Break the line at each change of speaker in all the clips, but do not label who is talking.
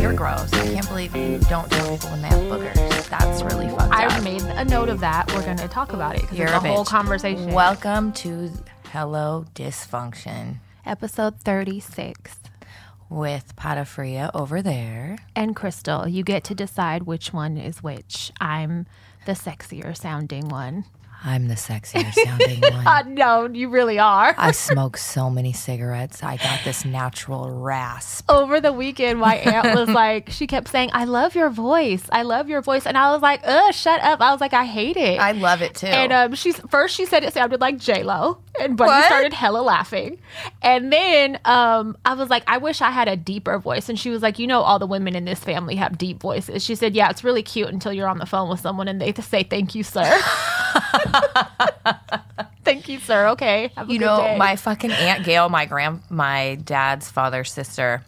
You're gross. I can't believe you don't tell people when they have boogers. That's really fucked
I
up.
made a note of that. We're going to talk about it because
You're
it's a,
a
whole
bitch.
conversation.
Welcome to Hello Dysfunction
episode 36.
with Potafria over there.
And Crystal, you get to decide which one is which. I'm the sexier sounding one.
I'm the sexier sounding one.
no, you really are.
I smoke so many cigarettes. I got this natural rasp.
Over the weekend, my aunt was like, she kept saying, I love your voice. I love your voice. And I was like, ugh, shut up. I was like, I hate it.
I love it too.
And um, she's first she said it sounded like J Lo, and Bunny
What?
started hella laughing. And then um, I was like, I wish I had a deeper voice. And she was like, you know, all the women in this family have deep voices. She said, yeah, it's really cute until you're on the phone with someone and they say thank you, sir. thank you, sir. Okay, have a
you
good
know,
day."
my fucking aunt Gail, my grand, my dad's father's sister,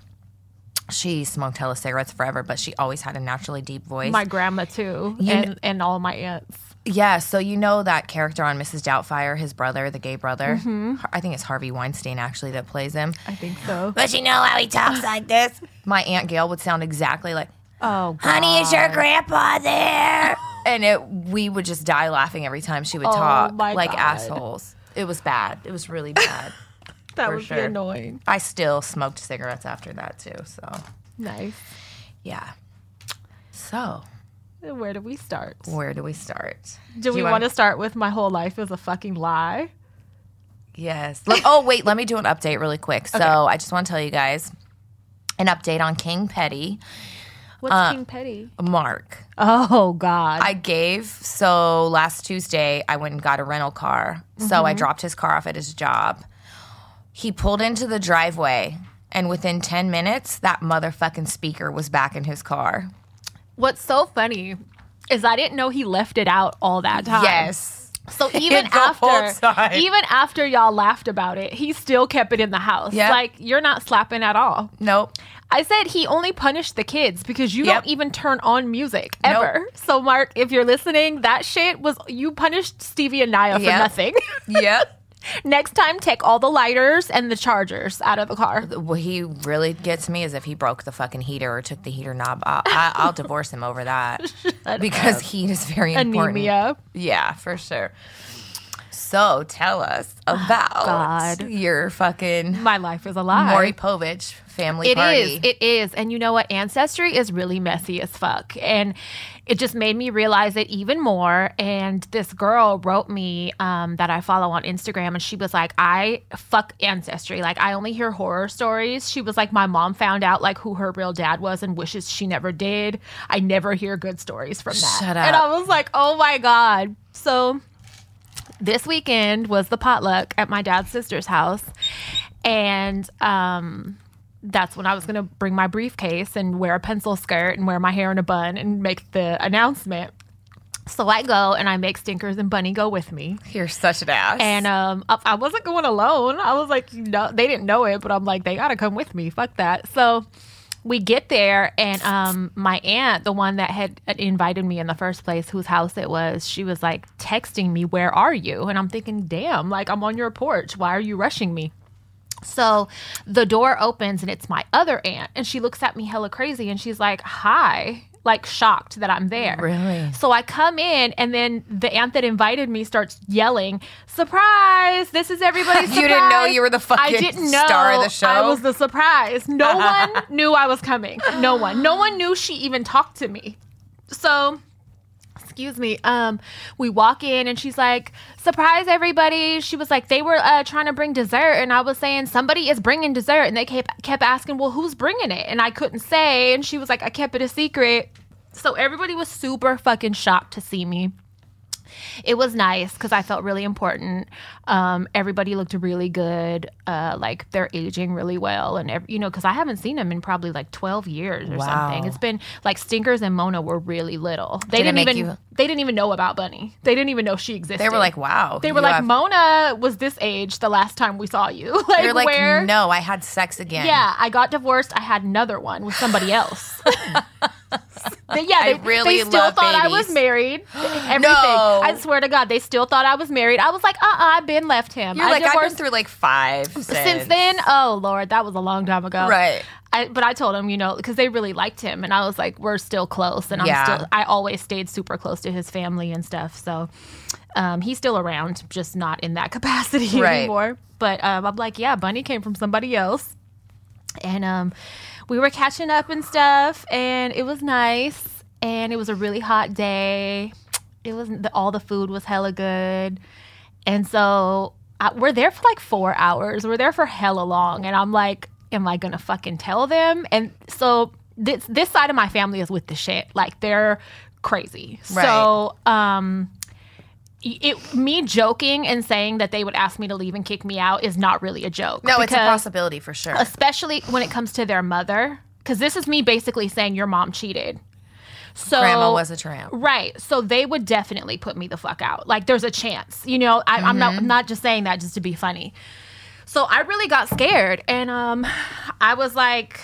she smoked hella cigarettes forever, but she always had a naturally deep voice.
my grandma too,
You
and, and all my aunts.
yeah, so you know that character on Mrs. Doubtfire, his brother, the gay brother.
Mm-hmm.
Har- I think it's Harvey Weinstein actually that plays him.
I think so.
But you know how he talks like this? My aunt Gail would sound exactly like,
Oh, God.
"Honey, is your grandpa there?" And it, we would just die laughing every time she would talk
Oh my
like
God.
assholes. It was bad. It was really bad.
that
for
would be
sure.
annoying.
I still smoked cigarettes after that too. So
Nice.
yeah. So
Where do we start?
where do we start?
Do we
you
want to start with my whole life is a fucking lie?
Yes. Let- oh wait, let me do an update really quick. So I just want to tell you guys an update on King Petty
What's King Petty?
Mark.
Oh God!
I gave so last Tuesday I went and got a rental car. So
Mm-hmm.
I dropped his car off at his job. He pulled into the driveway and within 10 minutes that motherfucking speaker was back in his car.
What's so funny is I didn't know he left it out all that time.
Yes.
So even
The whole time.
after, even after y'all laughed about it, he still kept it in the house.
Yep.
Like you're not slapping at all.
Nope.
I said he only punished the kids because you
Yep.
don't even turn on music ever. So Mark, if you're listening, that shit was you punished Stevie and Naya for
Yep.
nothing.
Yep.
Next time, take all the lighters and the chargers out of the car.
What he really gets me is if he broke the fucking heater or took the heater knob. I'll, I, I'll divorce him over that because heat is very important.
Anemia.
Yeah, for sure. So tell us about
Oh, God.
your fucking
My life is a lie.
Maury Povich family
It
party.
is. It is. And you know what? Ancestry is really messy as fuck. And it just made me realize it even more. And this girl wrote me um, that I follow on Instagram, and she was like, I fuck Ancestry. Like, I only hear horror stories. She was like, My mom found out like who her real dad was and wishes she never did. I never hear good stories from that.
Shut
And
up.
I was like, Oh my God. So this weekend was the potluck at my dad's sister's house and um that's when I was going to bring my briefcase and wear a pencil skirt and wear my hair in a bun and make the announcement. So I go and I make stinkers and Bunny go with me.
You're such an ass.
And um, I, I wasn't going alone. I was like, no, they didn't know it, but I'm like, they got to come with me. Fuck that. So we get there, and um, my aunt, the one that had uh, invited me in the first place, whose house it was, she was like texting me, "Where are you?" And I'm thinking, damn, like I'm on your porch. Why are you rushing me? So the door opens and it's my other aunt, and she looks at me hella crazy and she's like, Hi, like shocked that I'm there.
Really?
So I come in, and then the aunt that invited me starts yelling, Surprise! This is everybody's
You didn't know
surprise."
you were the fucking
I didn't know
star of the show? Uh-huh.
I was the surprise. No one knew I was coming. No one. No one knew she even talked to me. So excuse me um we walk in and she's like surprise everybody she was like they were uh, trying to bring dessert and i was saying somebody is bringing dessert and they kept kept asking well who's bringing it and i couldn't say and she was like i kept it a secret so everybody was super fucking shocked to see me It was nice because I felt really important. Um, everybody looked really good. Uh, like they're aging really well, and ev- you know, because I haven't seen them in probably like twelve years or something.
Wow.
It's been like Stinkers and Mona were really little. They
Did it
didn't
make
even
you-
they didn't even know about Bunny. They didn't even know she existed.
They were like, wow.
They were
you
like,
have-
Mona was this age the last time we saw you. like,
They're like,
where?
no, I had sex again.
Yeah, I got divorced. I had another one with somebody else. But yeah,
I
they,
really
they still
love
thought I
babies.
was married. Everything.
No.
I swear to God, they still thought I was married. I was like, uh, uh I've been left him.
You're
I
like, I've been
divorced
through like five since.
since then. Oh Lord, that was a long time ago.
Right.
I, but I told him, you know, because they really liked him, and I was like, we're still close, and
Yeah.
I'm still. I always stayed super close to his family and stuff, so um, he's still around, just not in that capacity
Right.
anymore. But um, I'm like, yeah, Bunny came from somebody else, and um, we were catching up and stuff, and it was nice, and it was a really hot day. It was the, all the food was hella good, and so I, we're there for like four hours. We're there for hella long, and I'm like, am I gonna fucking tell them? And so this this side of my family is with the shit. Like they're crazy. So um. It, me joking and saying that they would ask me to leave and kick me out is not really a joke.
No, it's a
because-
possibility for sure.
especially when it comes to their mother because this is me basically saying your mom cheated so
Grandma was a tramp.
right so they would definitely put me the fuck out like there's a chance you know I, i'm not I'm not just saying that just to be funny so i really got scared and um i was like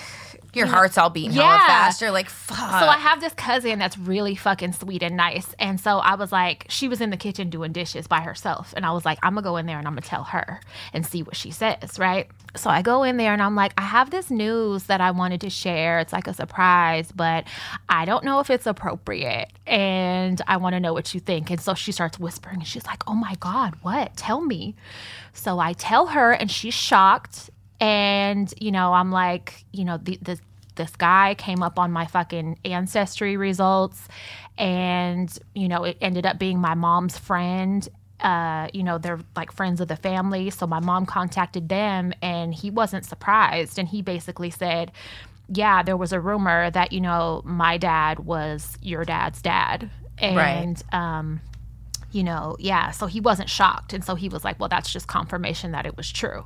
Your heart's all beating hella
Yeah.
fast. You're like, fuck.
so I have this cousin that's really fucking sweet and nice. And so I was like, she was in the kitchen doing dishes by herself. And I was like, I'm gonna go in there and I'm gonna tell her and see what she says, right? So I go in there and I'm like, I have this news that I wanted to share. It's like a surprise, but I don't know if it's appropriate. And I wanna know what you think. And so she starts whispering and she's like, Oh my God, what? Tell me. So I tell her and she's shocked. And, you know, I'm like, you know, the, the this guy came up on my fucking ancestry results and you know it ended up being my mom's friend uh, you know they're like friends of the family so my mom contacted them and he wasn't surprised and he basically said yeah there was a rumor that you know my dad was your dad's dad and um you know yeah so he wasn't shocked and so he was like well that's just confirmation that it was true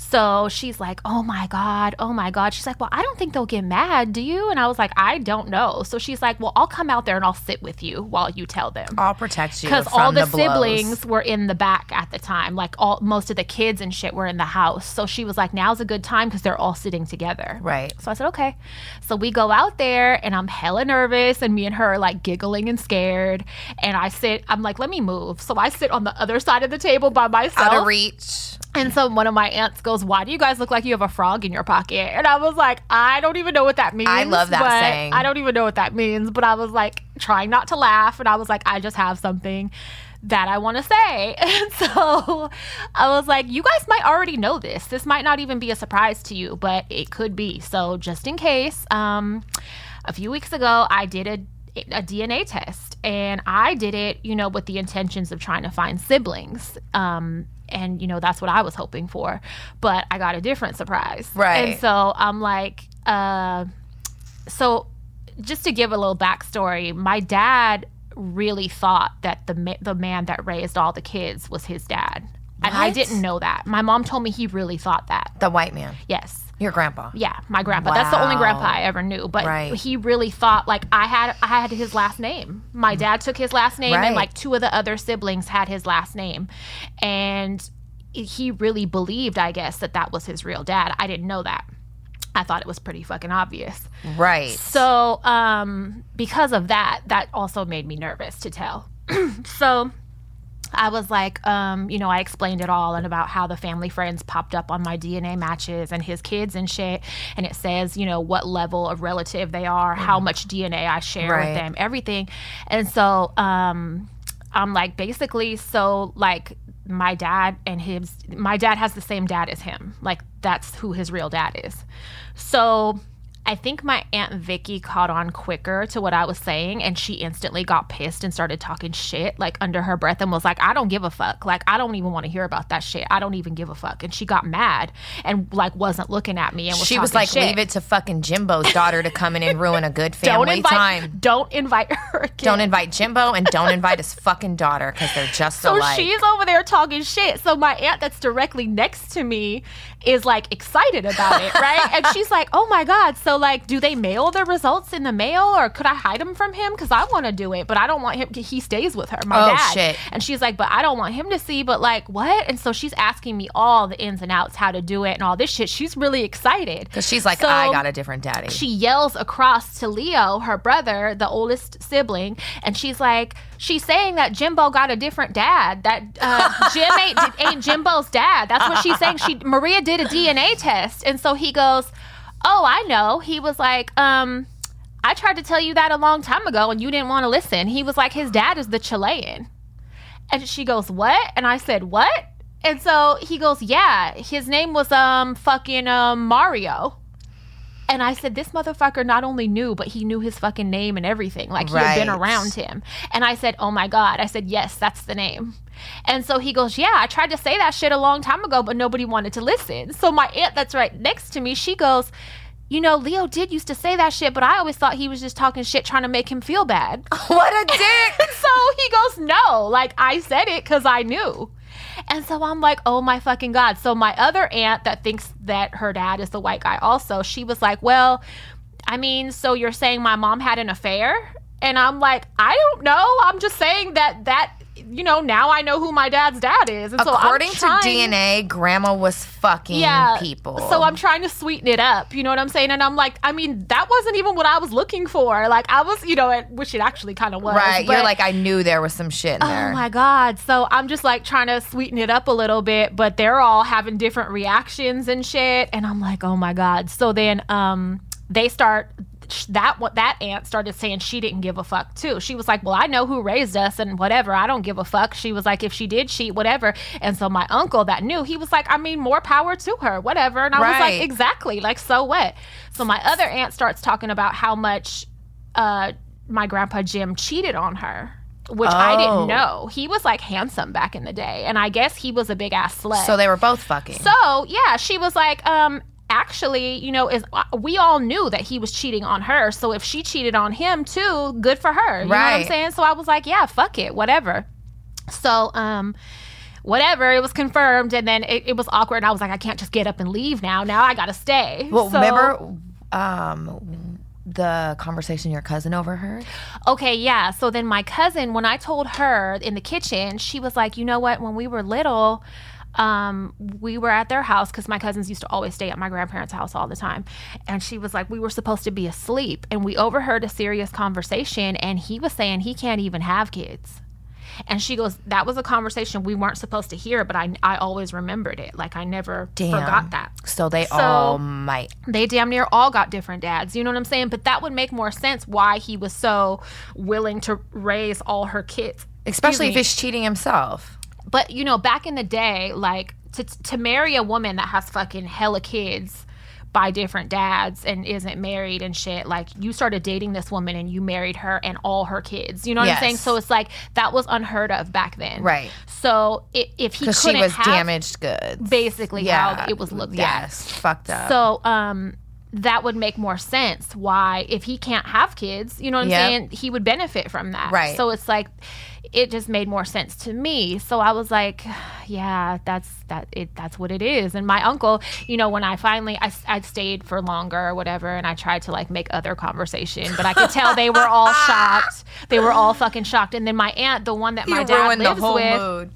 so she's like, "Oh my god, oh my god." She's like, "Well, I don't think they'll get mad, do you?" And I was like, "I don't know." So she's like, "Well, I'll come out there and I'll sit with you while you tell them."
I'll protect you.
Because
from
all the,
blows.
siblings were in the back at the time, like all most of the kids and shit were in the house. So she was like, "Now's a good time because they're all sitting together."
Right.
So I said, okay. So we go out there and I'm hella nervous and me and her are like giggling and scared. And I sit, I'm like, let me move. So I sit on the other side of the table by myself.
Out of reach.
And so one of my aunts goes, Why do you guys look like you have a frog in your pocket? And I was like, I don't even know what that means.
I love that
but
saying.
I don't even know what that means. But I was like trying not to laugh. And I was like, I just have something that I want to say. And so I was like, You guys might already know this. This might not even be a surprise to you, but it could be. So just in case, um, a few weeks ago, I did a a DNA test, and I did it, you know, with the intentions of trying to find siblings. Um, and you know that's what I was hoping for, but I got a different surprise.
Right.
And so I'm like, uh, so just to give a little backstory, my dad really thought that the ma- the man that raised all the kids was his dad, and I
What?
didn't know that. My mom told me he really thought that.
The white man.
Yes.
Your grandpa.
Yeah, my grandpa. That's the only
Wow.
grandpa I ever knew. But
Right.
he really thought like I had I had his last name. My dad took his last name
Right.
and like two of the other siblings had his last name. And he really believed, I guess, that that was his real dad. I didn't know that. I thought it was pretty fucking obvious.
Right.
So, um, because of that, that also made me nervous to tell. so, I was like, um, you know, I explained it all and about how the family friends popped up on my DNA matches and his kids and shit. And it says, you know, what level of relative they are, how much DNA I share
Right.
with them, everything. And so um, I'm like, basically, so like my dad and his, my dad has the same dad as him. Like that's who his real dad is. So I think my aunt Vicky caught on quicker to what I was saying, and she instantly got pissed and started talking shit like under her breath and was like, "I don't give a fuck. Like I don't even want to hear about that shit. I don't even give a fuck." And she got mad and like wasn't looking at me and was
She was
talking
like,
shit.
leave it to fucking Jimbo's daughter to come in and ruin a good family
Don't invite,
time.
don't invite her again.
Don't invite Jimbo and don't invite his fucking daughter because they're just
So
alike.
she's over there talking shit. So my aunt that's directly next to me is like excited about it, right? and she's like, "Oh my god, so like do they mail the results in the mail or could I hide them from him cuz I want to do it, but I don't want him he stays with her, my
Oh,
dad."
shit.
And she's like, "But I don't want him to see, but like what?" And so she's asking me all the ins and outs how to do it and all this shit. She's really excited.
Because she's like,
So-
I got a different daddy.
she yells across to Leo, her brother, the oldest sibling, and she's like, she's saying that Jimbo got a different dad. That uh, Jim ain't, ain't Jimbo's dad. That's what she's saying. She Maria did a DNA test, and so he goes, "Oh, I know." He was like, um. I tried to tell you that a long time ago and you didn't want to listen. He was like, his dad is the Chilean. And she goes, What? And I said, What? And so he goes, Yeah, his name was um fucking um Mario. And I said, This motherfucker not only knew, but he knew his fucking name and everything. Like he had been
Right.
around him. And I said, Oh my God. I said, Yes, that's the name. And so he goes, Yeah, I tried to say that shit a long time ago, but nobody wanted to listen. So my aunt that's right next to me, she goes, You know, Leo did used to say that shit, but I always thought he was just talking shit trying to make him feel bad.
what a dick!
And so he goes, No, like I said it because I knew. And so I'm like, oh my fucking God. So my other aunt that thinks that her dad is the white guy also, she was like, well, I mean, so you're saying my mom had an affair? And I'm like, I don't know. I'm just saying that that, you know, now I know who my dad's dad is. And
According
so I'm
to
trying-
DNA, grandma was fucking people.
so I'm trying to sweeten it up. You know what I'm saying? And I'm like, I mean, that wasn't even what I was looking for. Like I was, you know, it, which it actually kind of was.
right. You're
but-
like, I knew there was some shit in there.
Oh my god! So I'm just like trying to sweeten it up a little bit, but they're all having different reactions and shit, and I'm like, oh my god! So then, um, they start sh- that what that aunt started saying she didn't give a fuck too. She was like, well, I know who raised us and whatever. I don't give a fuck. She was like, if she did cheat, whatever. And so my uncle that knew, he was like, I mean, more power to her, whatever. And I was like,
Right.
exactly, like so what? So my other aunt starts talking about how much uh, my grandpa Jim cheated on her, which I
Oh.
didn't know. He was like handsome back in the day, and I guess he was a big ass slut.
so they were both fucking.
So yeah, she was like, um, actually, you know, is uh, we all knew that he was cheating on her. So if she cheated on him too, good for her. You know what I'm
Right.
saying? So I was like, yeah, fuck it, whatever. So um. Whatever, it was confirmed, and then it, it was awkward. And I was like, I can't just get up and leave now. Now I gotta stay.
well,
So-
remember um, the conversation your cousin overheard?
Okay, yeah. So then my cousin, when I told her in the kitchen, she was like, you know what? When we were little, um, we were at their house because my cousins used to always stay at my grandparents' house all the time. And she was like, we were supposed to be asleep. And we overheard a serious conversation, and he was saying he can't even have kids. And she goes, that was a conversation we weren't supposed to hear, but I, I always remembered it. Like, I never
Damn.
forgot that
So they
So-
all might.
they damn near all got different dads. You know what I'm saying? But that would make more sense why he was so willing to raise all her kids.
Especially if
me.
he's cheating himself.
But you know, back in the day, like to to marry a woman that has fucking hella kids by different dads and isn't married and shit, like you started dating this woman and you married her and all her kids. You know what
Yes.
I'm saying? So it's like that was unheard of back then.
Right.
So it, if he
Because
couldn't
she was
have
damaged goods.
basically
Yeah.
how it was looked at.
yes. Fucked up.
So, um, that would make more sense why if he can't have kids, you know what I'm
Yep.
saying, he would benefit from that.
Right.
So it's like it just made more sense to me. So I was like, yeah, that's that it that's what it is. And my uncle, you know, when I finally I I stayed for longer or whatever and I tried to like make other conversation, but I could tell they were all shocked. They were all fucking shocked. And then my aunt, the one that my
You
dad
ruined
lives with,
mood.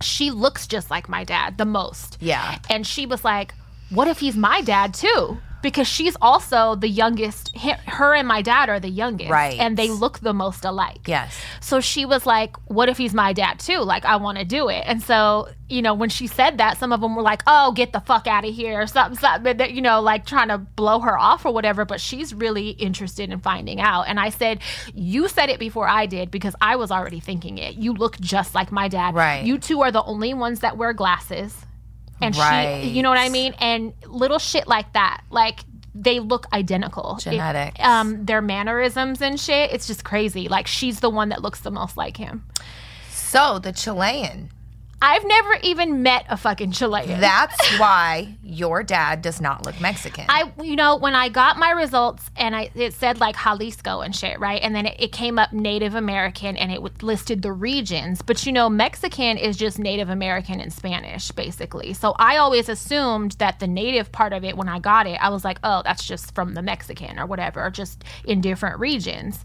she looks just like my dad the most.
Yeah.
And she was like, What if he's my dad too? Because she's also the youngest. He- Her and my dad are the youngest.
Right.
And they look the most alike.
Yes.
So she was like, What if he's my dad too? Like, I want to do it. And so, you know, when she said that, some of them were like, Oh, get the fuck out of here, or something, something, that, you know, like trying to blow her off or whatever. But she's really interested in finding out. And I said, You said it before I did because I was already thinking it. You look just like my dad.
Right.
You two are the only ones that wear glasses. And
Right.
she, you know what I mean? And little shit like that. Like, they look identical. It-
Genetics.
um, their mannerisms and shit. It's just crazy. Like she's the one that looks the most like him.
So the Chilean.
I've never even met a fucking Chilean.
That's why your dad does not look Mexican.
I, you know, when I got my results and I, it said like Jalisco and shit, right? And then it, it came up Native American and it w- listed the regions. But you know, Mexican is just Native American and Spanish, basically. So I always assumed that the Native part of it, when I got it, I was like, oh, that's just from the Mexican or whatever, or just in different regions,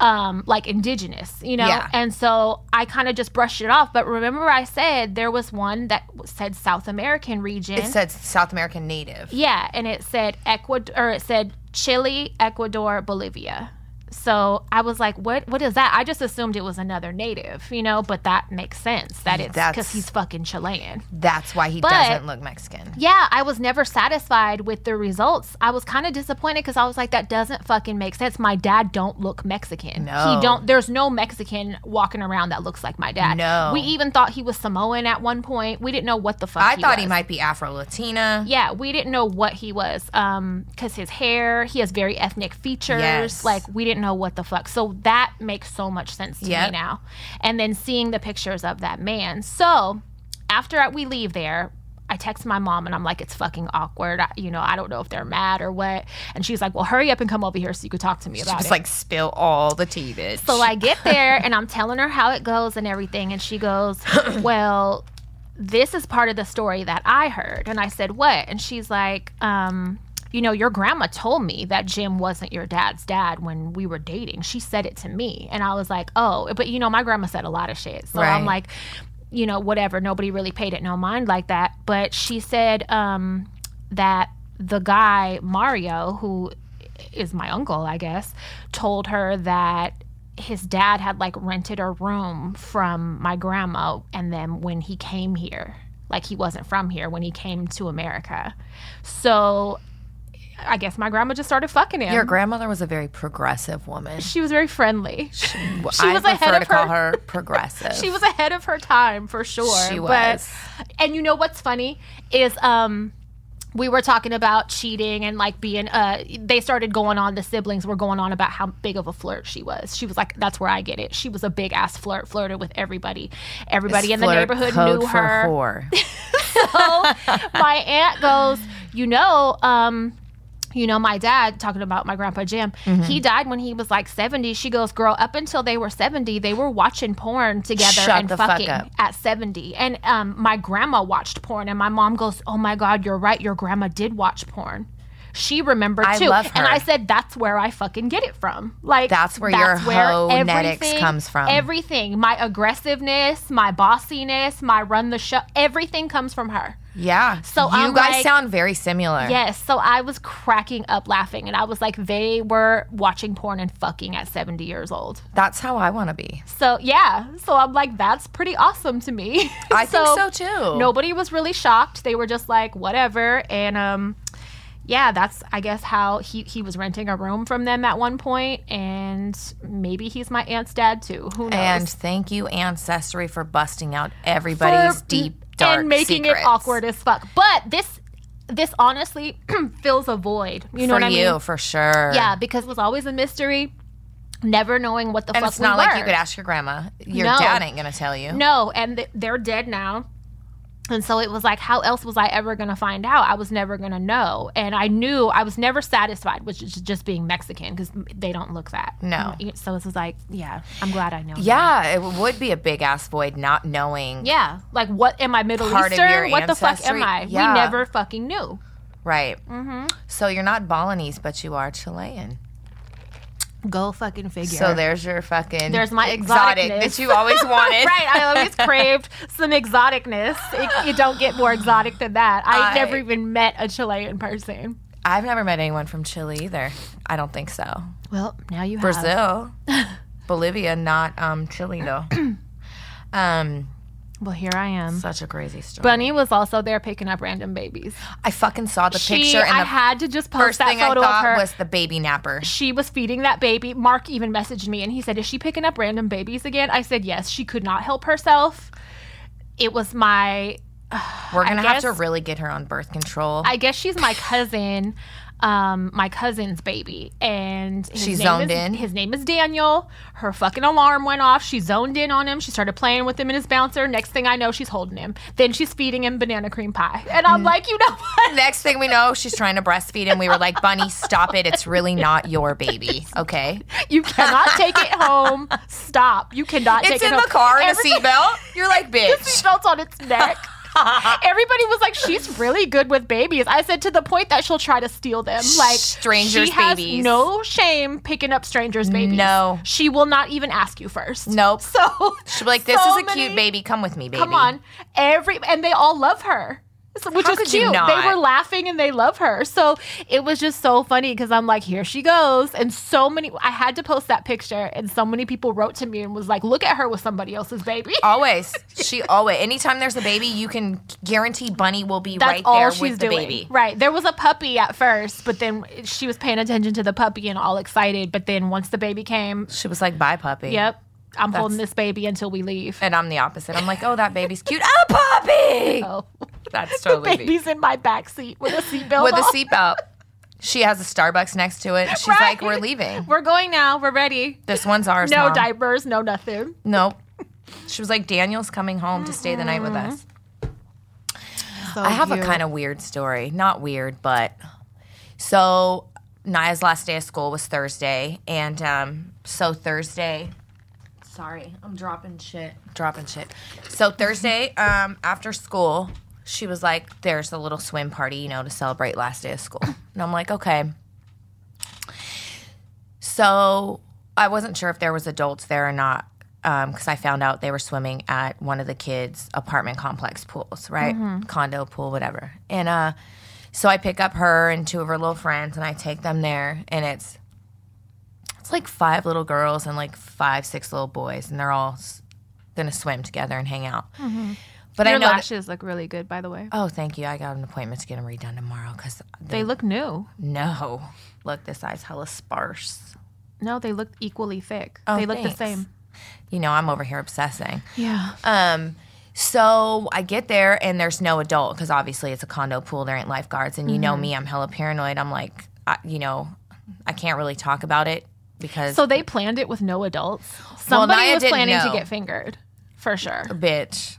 um, like indigenous, you know?
Yeah.
And so I kind of just brushed it off. But remember, I said there was one that w- said South American region.
it said South American native.
Yeah, and it said Ecuador, or it said Chile, Ecuador, Bolivia. So I was like, "What? What is that?" I just assumed it was another native, you know. But that makes sense that it's because
That's-
he's fucking Chilean.
That's why he
But-
doesn't look Mexican.
Yeah, I was never satisfied with the results. I was kind of disappointed because I was like, "That doesn't fucking make sense." My dad don't look Mexican.
No.
he don't. There's no Mexican walking around that looks like my dad.
No.
we even thought he was Samoan at one point. We didn't know what the fuck.
I thought he
was.
might be Afro Latina.
Yeah, we didn't know what he was um cuz his hair, he has very ethnic features.
Yes.
Like we didn't know what the fuck. So that makes so much sense to me
Yep.
now. And then seeing the pictures of that man. So, after I- we leave there, I text my mom and I'm like, it's fucking awkward. I, you know, I don't know if they're mad or what. And she's like, well, hurry up and come over here so you could talk to me about
Just
it.
like spill all the tea, bitch.
So I get there and I'm telling her how it goes and everything. And she goes, Well, this is part of the story that I heard. And I said, What? And she's like, um, You know, your grandma told me that Jim wasn't your dad's dad when we were dating. She said it to me. And I was like, Oh, but you know, my grandma said a lot of shit. So I'm
Right.
like, You know, whatever. Nobody really paid it no mind like that. But she said um, that the guy, Mario, who is my uncle, I guess, told her that his dad had like rented a room from my grandma and then when he came here, like he wasn't from here when he came to America. So I guess my grandma just started fucking him.
Your grandmother was a very progressive woman.
she was very friendly. She,
I
was
prefer
ahead
to
of
call
her-
her progressive.
she was ahead of her time for sure.
She
but-
was.
and you know what's funny is um we were talking about cheating and like being uh they started going on the siblings were going on about how big of a flirt she was she was like that's where i get it she was a big ass flirt flirted with everybody everybody in the
Flirt
neighborhood
code
knew
for
her
whore.
my aunt goes, you know, um, you know, my dad talking about my grandpa Jim.
Mm-hmm.
He died when he was like seventy. She goes, girl, up until they were seventy, they were watching porn together
Shut
and
the fuck
fucking
up.
at seventy. And um, my grandma watched porn, and my mom goes, oh my god, you're right. Your grandma did watch porn. She remembered
I
too,
love
and
her.
I said, "That's where I fucking get it from. Like
That's where your ho-netics
everything-
comes from.
Everything, my aggressiveness, my bossiness, my run the show, everything comes from her."
Yeah.
So
you
I'm
guys
like-
sound very similar.
Yes. So I was cracking up laughing and I was like, they were watching porn and fucking at 70 years old.
That's how I want to be.
So yeah. So I'm like, that's pretty awesome to me.
I think so too.
Nobody was really shocked. They were just like, whatever. And um yeah, that's I guess how he, he was renting a room from them at one point and maybe he's my aunt's dad too. Who knows?
And thank you, Ancestry, for busting out everybody's
for-
deep, dark
and making
secrets.
it awkward as fuck. But this this honestly fills a void. You know
for
what I mean?
you, for sure.
Yeah, because it was always a mystery, never knowing what the
And
fuck
it's not
we
like
were.
you could ask your grandma. Your
No.
dad ain't gonna tell you.
No, and th- they're dead now. And so it was like, how else was I ever going to find out? I was never going to know. And I knew I was never satisfied with just, just being Mexican because they don't look that.
No.
So this was like, yeah, I'm glad I know.
Yeah, it would be a big ass void not knowing.
Yeah. Like, what am I, Middle
Part of your
Eastern? What the fuck
ancestry?
am I?
Yeah.
We never fucking knew.
Right. Mm-hmm. So you're not Balinese, but you are Chilean.
Go fucking figure.
So there's your fucking
There's my
exotic
exoticness.
that you always wanted.
right. I always craved some exoticness. It, you don't get more exotic than that. I,
I-
never even met a Chilean person.
I've never met anyone from Chile either. I don't think so.
Well, now you have.
Brazil, Bolivia, not um, Chile though. um,
Well, here I am.
such a crazy story.
Bunny was also there picking up random babies.
I fucking saw the
she,
picture, and
I
the
had to just post
first
that
thing I
photo of
thought
her.
was the baby napper.
she was feeding that baby. Mark even messaged me and he said, Is she picking up random babies again? I said, Yes. She could not help herself. It was my
We're
I
gonna have to
guess-
really get her on birth control.
I guess she's my cousin, um, my cousin's baby, and his
She's
name
zoned
is-
in?
His name is Daniel. Her fucking alarm went off. She zoned in on him. She started playing with him and his bouncer. Next thing I know, she's holding him. Then she's feeding him banana cream pie, and
Mm.
I'm like, you know what?
Next thing we know, she's trying to breastfeed, and we were like, "Bunny, stop it! It's really not your baby, okay?"
You cannot take it home. Stop. You cannot take
It's
it
in
home.
the car in a
Everything-
seatbelt. You're like,
She
"Bitch,
felt on its neck. Everybody was like, "She's really good with babies." I said to the point that she'll try to steal them. Like
Strangers'
she has
babies.
no shame picking up strangers' babies.
No.
she will not even ask you first.
nope."
So
She'll be like, "This
so
is a
many-
cute baby. Come with me, baby."
Come on, every and they all love her. So- Which
How
was
could you
cute.
not?
They were laughing and they love her. So it was just so funny because I'm like, here she goes. And so many, I had to post that picture, and so many people wrote to me and was like, look at her with somebody else's baby.
Always, she always. Anytime there's a baby, you can guarantee Bunny will be
That's
right
all
there
she's
with the
doing.
baby.
Right. There was a puppy at first, but then she was paying attention to the puppy and all excited. But then once the baby came,
She was like, "Bye, puppy."
yep, I'm holding this baby until we leave.
And I'm the opposite. I'm like, "Oh, that baby's cute. Oh, puppy."
Oh,
That's totally me.
baby's in my back seat with a seatbelt.
with a
on.
seatbelt. She has a Starbucks next to it. She's like,
Right.
"We're leaving.
We're going now. We're ready.
This one's ours."
No
Mom."
diapers. No nothing.
Nope. She was like, Daniel's coming home to stay the night with us. I have a kind of weird story. Not weird, but so Naya's last day of school was Thursday. And um, so Thursday, sorry, I'm dropping shit. Dropping shit. So Thursday, um, after school, she was like, there's a little swim party, you know, to celebrate last day of school. And I'm like, okay. So I wasn't sure if there was adults there or not because I found out they were swimming at one of the kids' apartment complex pools, right?
Mm-hmm.
Condo pool, whatever. And uh, so I pick up her and two of her little friends, and I take them there, and it's it's like five little girls and like five, six little boys, and they're all s- gonna swim together and hang out. But
Mm-hmm. Your
I know. that-
lashes look really good, by the way.
oh, thank you. I got an appointment to get them redone tomorrow because
They look new.
no, look, this eye's hella sparse.
No, they look equally thick.
Oh,
they look
thanks.
the same. Uh,
You know, I'm over here obsessing.
Yeah.
Um, so I get there and there's no adult because obviously it's a condo pool. There ain't lifeguards, and you
Mm-hmm.
know me, I'm hella paranoid. I'm like, I, you know, I can't really talk about it because
So they planned it with no adults. Somebody
Naya
was
didn't
planning
know.
to get fingered, for sure.
bitch.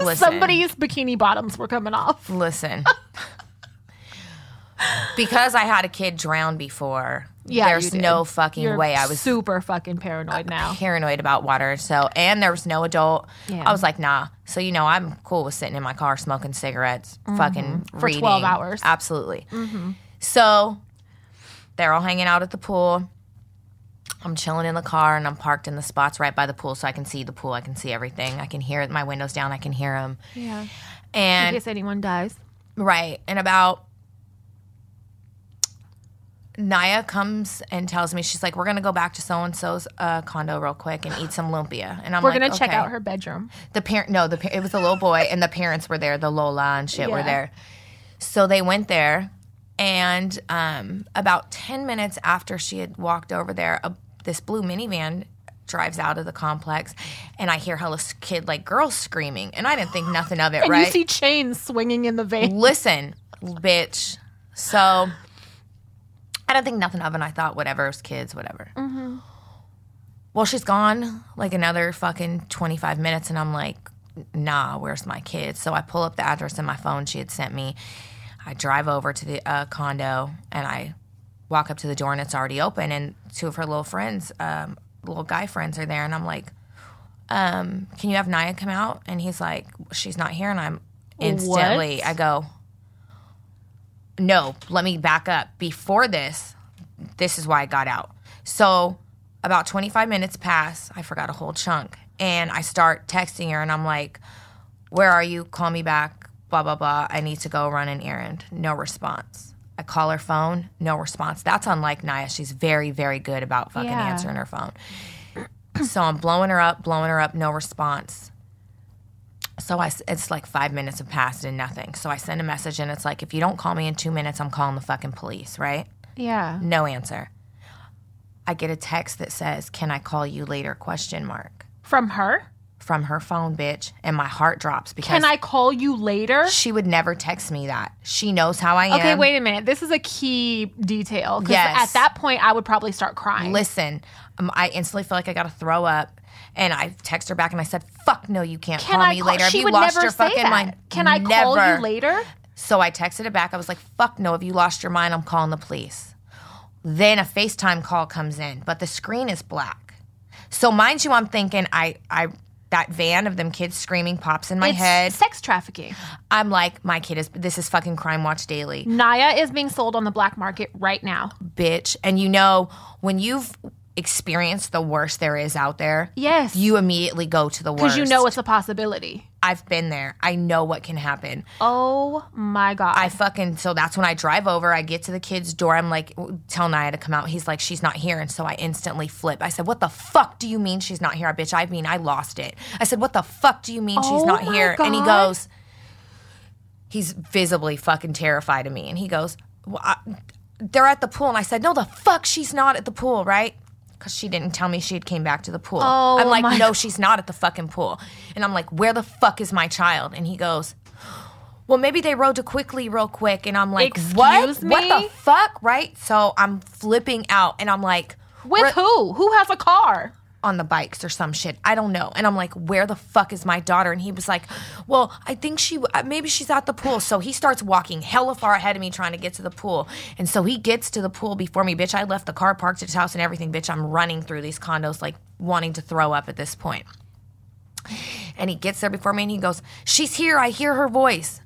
Listen,
Somebody's bikini bottoms were coming off.
listen. because I had a kid drown before.
Yeah, you
there's
did.
no fucking
You're
way I was
super fucking paranoid now.
paranoid about water. So, and there was no adult.
Yeah.
I was like, nah. So, you know, I'm cool with sitting in my car smoking cigarettes, fucking
Mm-hmm. For
reading.
12 hours. Mm-hmm.
Absolutely. So, they're all hanging out at the pool. I'm chilling in the car and I'm parked in the spots right by the pool so I can see the pool. I can see everything. I can hear it. My window's down. I can hear them.
Yeah. In
And
case anyone dies.
Right. And about Naya comes and tells me she's like, "We're gonna go back to so and so's uh, condo real quick and eat some lumpia." And I'm
We're
like,
gonna check
okay.
out her bedroom.
The parent, no, the par- it was a little boy, and the parents were there. The Lola and shit were
Yeah.
there. So they went there, and um, about ten minutes after she had walked over there, a, this blue minivan drives out of the complex, and I hear Hella's kid like girls screaming, and I didn't think nothing of it.
And
right?
you see chains swinging in the van.
listen, bitch. So I don't think nothing of it. and I thought, whatever, it was kids, whatever. Well, she's gone like another fucking 25 minutes, and I'm like, nah, where's my kids? So I pull up the address in my phone she had sent me. I drive over to the uh, condo and I walk up to the door, and it's already open. And two of her little friends, um, little guy friends, are there, and I'm like, um, can you have Naya come out? And he's like, she's not here. And I'm instantly, I go, no, let me back up. Before this, this is why I got out. So about 25 minutes pass, I forgot a whole chunk. And I start texting her and I'm like, where are you? Call me back. Blah, blah, blah. I need to go run an errand. No response. I call her phone, no response. That's unlike Naya. She's very, very good about fucking
Yeah.
answering her phone. so I'm blowing her up, blowing her up, no response. So I, s- it's like five minutes have passed and nothing. So I send a message and it's like, if you don't call me in two minutes, I'm calling the fucking police, right?
Yeah.
No answer. I get a text that says, "Can I call you later?" question mark
From her?
from her phone, bitch, and my heart drops because
Can I call you later?
she would never text me that. She knows how I am.
Okay, wait a minute. This is a key detail. 'cause
Yes.
At that point, I would probably start crying.
Listen, um, I instantly feel like I got to throw up. And I text her back and I said, fuck no, you can't
Can
call
I
me
call?
later. Have
she
you
would
lost
never
your
say
fucking
that.
mind?
Can I call
Never.
you later?
So I texted it back. I was like, fuck no, if you lost your mind, I'm calling the police. Then a FaceTime call comes in, but the screen is black. So mind you, I'm thinking I I that van of them kids screaming pops in my
It's
head.
sex trafficking.
I'm like, my kid is this is fucking crime watch daily.
Naya is being sold on the black market right now.
Bitch. And you know, when you've experienced the worst there is out there,
Yes.
you immediately go to the worst.
Because you know it's a possibility.
I've been there. I know what can happen.
Oh my God.
I fucking so that's when I drive over. I get to the kid's door. I'm like, tell Naya to come out. He's like, she's not here, and so I instantly flip. I said, what the fuck do you mean she's not here? I bitch. I mean, I lost it. I said, what the fuck do you mean she's
Oh
not
my
here? And he
God.
goes, he's visibly fucking terrified of me, and he goes, well, I, they're at the pool, and I said, no, the fuck, she's not at the pool, right? Because she didn't tell me she had came back to the pool.
Oh
I'm like,
my
no, she's not at the fucking pool. And I'm like, where the fuck is my child? And he goes, well, maybe they rode to quickly real quick. And I'm like, what?
Excuse
What the
me?
fuck? Right? So I'm flipping out and I'm like,
With
"Where-
who? Who has a car?
on the bikes or some shit. I don't know. And I'm like, where the fuck is my daughter? And he was like, well, I think she, uh, maybe she's at the pool. So he starts walking hella far ahead of me trying to get to the pool. And so he gets to the pool before me. Bitch, I left the car parked at his house and everything. Bitch, I'm running through these condos like wanting to throw up at this point. And he gets there before me and he goes, she's here. I hear her voice.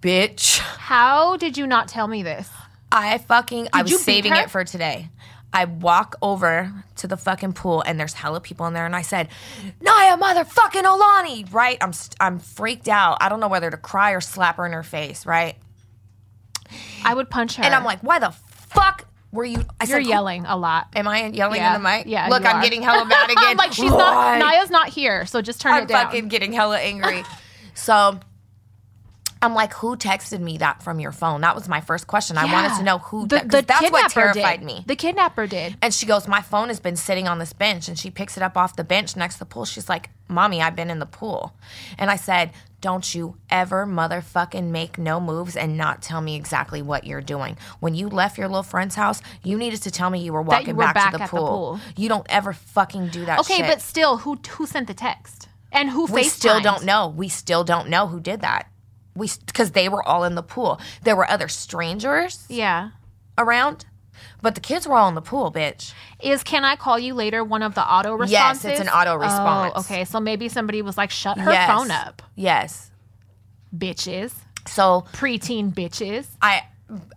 Bitch.
How did you not tell me this?
I fucking I
you
was
beat
saving
her?
it for today. I walk over to the fucking pool and there's hella people in there and I said, Naya motherfucking Olani, right? I'm st- I'm freaked out. I don't know whether to cry or slap her in her face, right?
I would punch her.
And I'm like, why the fuck were you? I
you're
said, "Who-
yelling a lot.
Am I yelling
Yeah.
in the mic?
Yeah,
Look,
you
I'm
are.
getting hella mad again.
I'm like, she's not,
Why?
Naya's not here, so just turn
I'm
it down.
fucking getting hella angry. so I'm like, who texted me that from your phone? That was my first question. I wanted
Yeah.
to know who.
The,
te- 'cause
the
that's what
kidnapper
terrified
did.
me.
The kidnapper did.
And she goes, My phone has been sitting on this bench. And she picks it up off the bench next to the pool. She's like, Mommy, I've been in the pool. And I said, Don't you ever motherfucking make no moves and not tell me exactly what you're doing. When you left your little friend's house, you needed to tell me you were
That
walking
you were
back,
back
to the
at the
pool.
pool.
You don't ever fucking do that
Okay,
shit.
but still, who who sent the text and who
we still
FaceTimed?
don't know. We still don't know who did that. We because they were all in the pool. There were other strangers
Yeah,
around, but the kids were all in the pool, bitch.
is can I call you later? One of the auto
Yes,
responses.
it's an auto response.
Oh, okay, so maybe somebody was like, shut her
Yes.
phone up,
Yes.
bitches,
So
preteen bitches.
I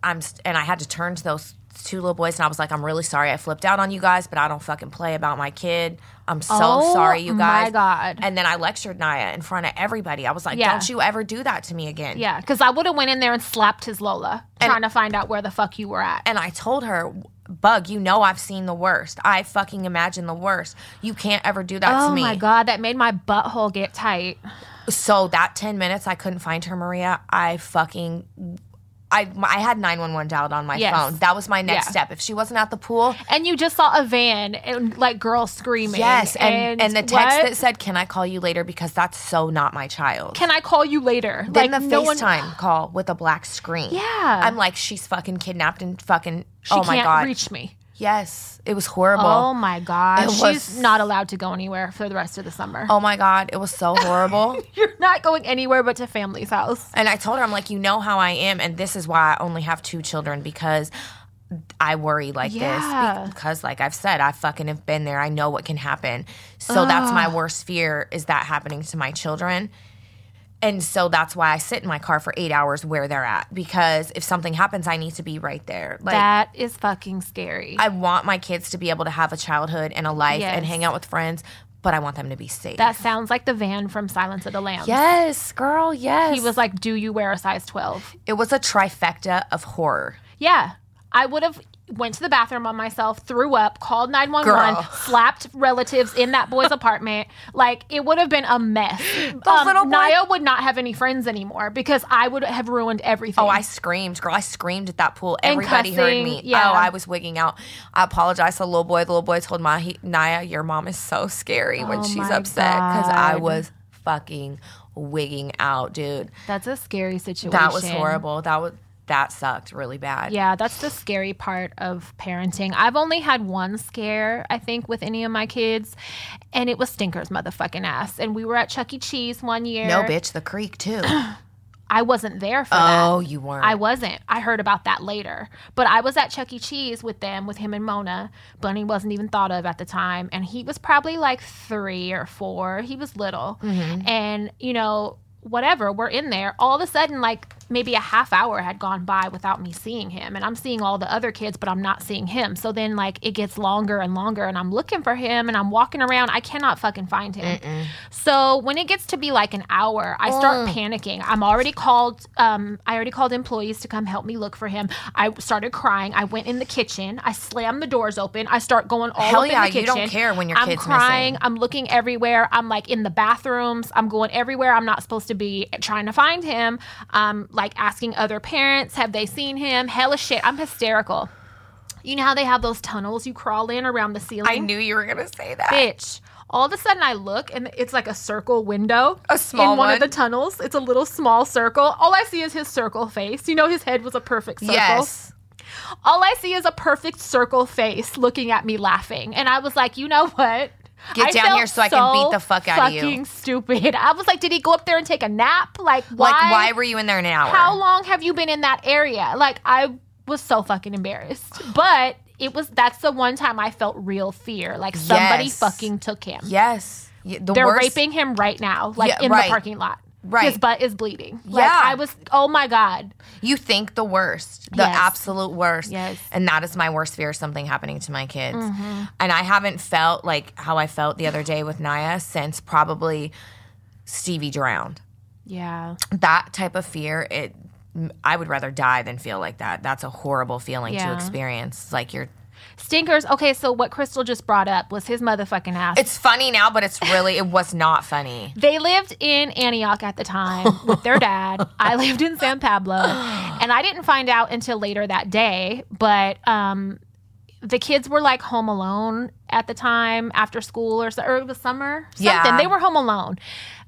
I'm st- and I had to turn to those two little boys and I was like, I'm really sorry I flipped out on you guys, but I don't fucking play about my kid. I'm so
Oh,
sorry, you guys.
my God.
And then I lectured Naya in front of everybody. I was like,
Yeah.
Don't you ever do that to me again.
Yeah, because I would have went in there and slapped his Lola, trying to find out where the fuck you were at.
And I told her, Bug, you know I've seen the worst. I fucking imagine the worst. You can't ever do that
Oh
to me.
my god, that made my butthole get tight.
So that ten minutes I couldn't find her, Maria. I fucking. I, I had 911 dialed on my
Yes.
phone. That was my next
Yeah.
step. If she wasn't at the pool,
And you just saw a van and like girls screaming.
Yes, and, and, the text
what?
that said, "Can I call you later?" Because that's so not my child.
can I call you later?
then the
no one-
FaceTime call with a black screen.
Yeah.
I'm like, she's fucking kidnapped and fucking.
she
oh
can't
my god.
reach me.
yes, it was horrible.
Oh my god,
it
she's
was-
not allowed to go anywhere for the rest of the summer.
Oh my god, it was so horrible.
You're not going anywhere but to family's house.
and I told her, I'm like, you know how I am, and this is why I only have two children because. I worry like
Yeah.
this because, like I've said, I fucking have been there. I know what can happen. So that's my worst fear is that happening to my children. And so that's why I sit in my car for eight hours where they're at because if something happens, I need to be right there. Like,
that is fucking scary.
I want my kids to be able to have a childhood and a life and
Yes.
hang out with friends, but I want them to be safe.
that sounds like the van from Silence of the Lambs.
yes, girl, yes.
He was like, "Do you wear a size 12?"
it was a trifecta of horror.
Yeah. I would have went to the bathroom on myself, threw up, called
Girl.
911, slapped relatives in that boy's apartment. Like it would have been a mess. Um,
little boy-
Naya would not have any friends anymore because I would have ruined everything.
Oh, I screamed, girl. I screamed at that pool. Everybody heard
cussing,
me.
yeah.
Oh, I was wigging out. I apologized to the little boy. The little boy told my he, Naya, your mom is so scary when
Oh
she's
my
upset because I
God.
was fucking wigging out, dude.
That's a scary situation.
That was horrible. That was that sucked really bad.
Yeah, that's the scary part of parenting. I've only had one scare, I think, with any of my kids, and it was Stinker's motherfucking ass. And we were at Chuck E. Cheese one year.
No, bitch, the creek too.
I wasn't there for that.
oh, you weren't.
I wasn't. I heard about that later. But I was at Chuck E. Cheese with them, with him and Mona. Bunny wasn't even thought of at the time. And he was probably like three or four. He was little. And, you know, whatever, we're in there. All of a sudden, like maybe a half hour had gone by without me seeing him. And I'm seeing all the other kids, but I'm not seeing him. So then, like, it gets longer and longer. And I'm looking for him and I'm walking around. I cannot fucking find him. So when it gets to be like an hour, I start
Mm.
panicking. I'm already called. Um, I already called employees to come help me look for him. I started crying. I went in the kitchen. I slammed the doors open. I start going all
Hell
up
yeah,
in the
you
kitchen.
don't care when your
I'm
kid's
crying.
missing.
I'm looking everywhere. I'm like in the bathrooms. I'm going everywhere. I'm not supposed to be trying to find him. Um, like asking other parents, have they seen him? Hella shit. I'm hysterical. You know how they have those tunnels you crawl in around the ceiling?
I knew you were gonna say that.
bitch. All of a sudden, I look and it's like a circle window.
A small
in one, of the
one?
tunnels. It's a little small circle. All I see is his circle face. You know, his head was a perfect circle.
Yes.
All I see is a perfect circle face looking at me laughing. And I was like, you know what?
Get
I
down
felt
here so I can beat the fuck outta you.
Fucking stupid. I was like, did he go up there and take a nap? Like, why?
Like, why were you in there an hour?
How long have you been in that area? Like, I was so fucking embarrassed. But it was that's the one time I felt real fear. Like somebody
Yes.
fucking took him.
Yes. Y- The
They're
worst.
raping him right now, like
Yeah,
in
right.
the parking lot.
Right.
His butt is bleeding. Like,
Yeah.
I was, oh my God.
You think the worst, the
Yes.
absolute worst.
Yes. Mm-hmm.
And that is my worst fear something happening to my kids. And I haven't felt like how I felt the other day with Naya since probably Stevie drowned.
Yeah.
That type of fear, it I would rather die than feel like that. That's a horrible feeling to
Yeah.
experience. It's Like you're
Stinkers. Okay, so what Crystal just brought up was his motherfucking ass.
It's funny now, but it's really it was not funny.
they lived in Antioch at the time with their dad. I lived in San Pablo. And I didn't find out until later that day, but um, the kids were like home alone at the time after school or, so, or it was summer. Something.
Yeah.
They were home alone.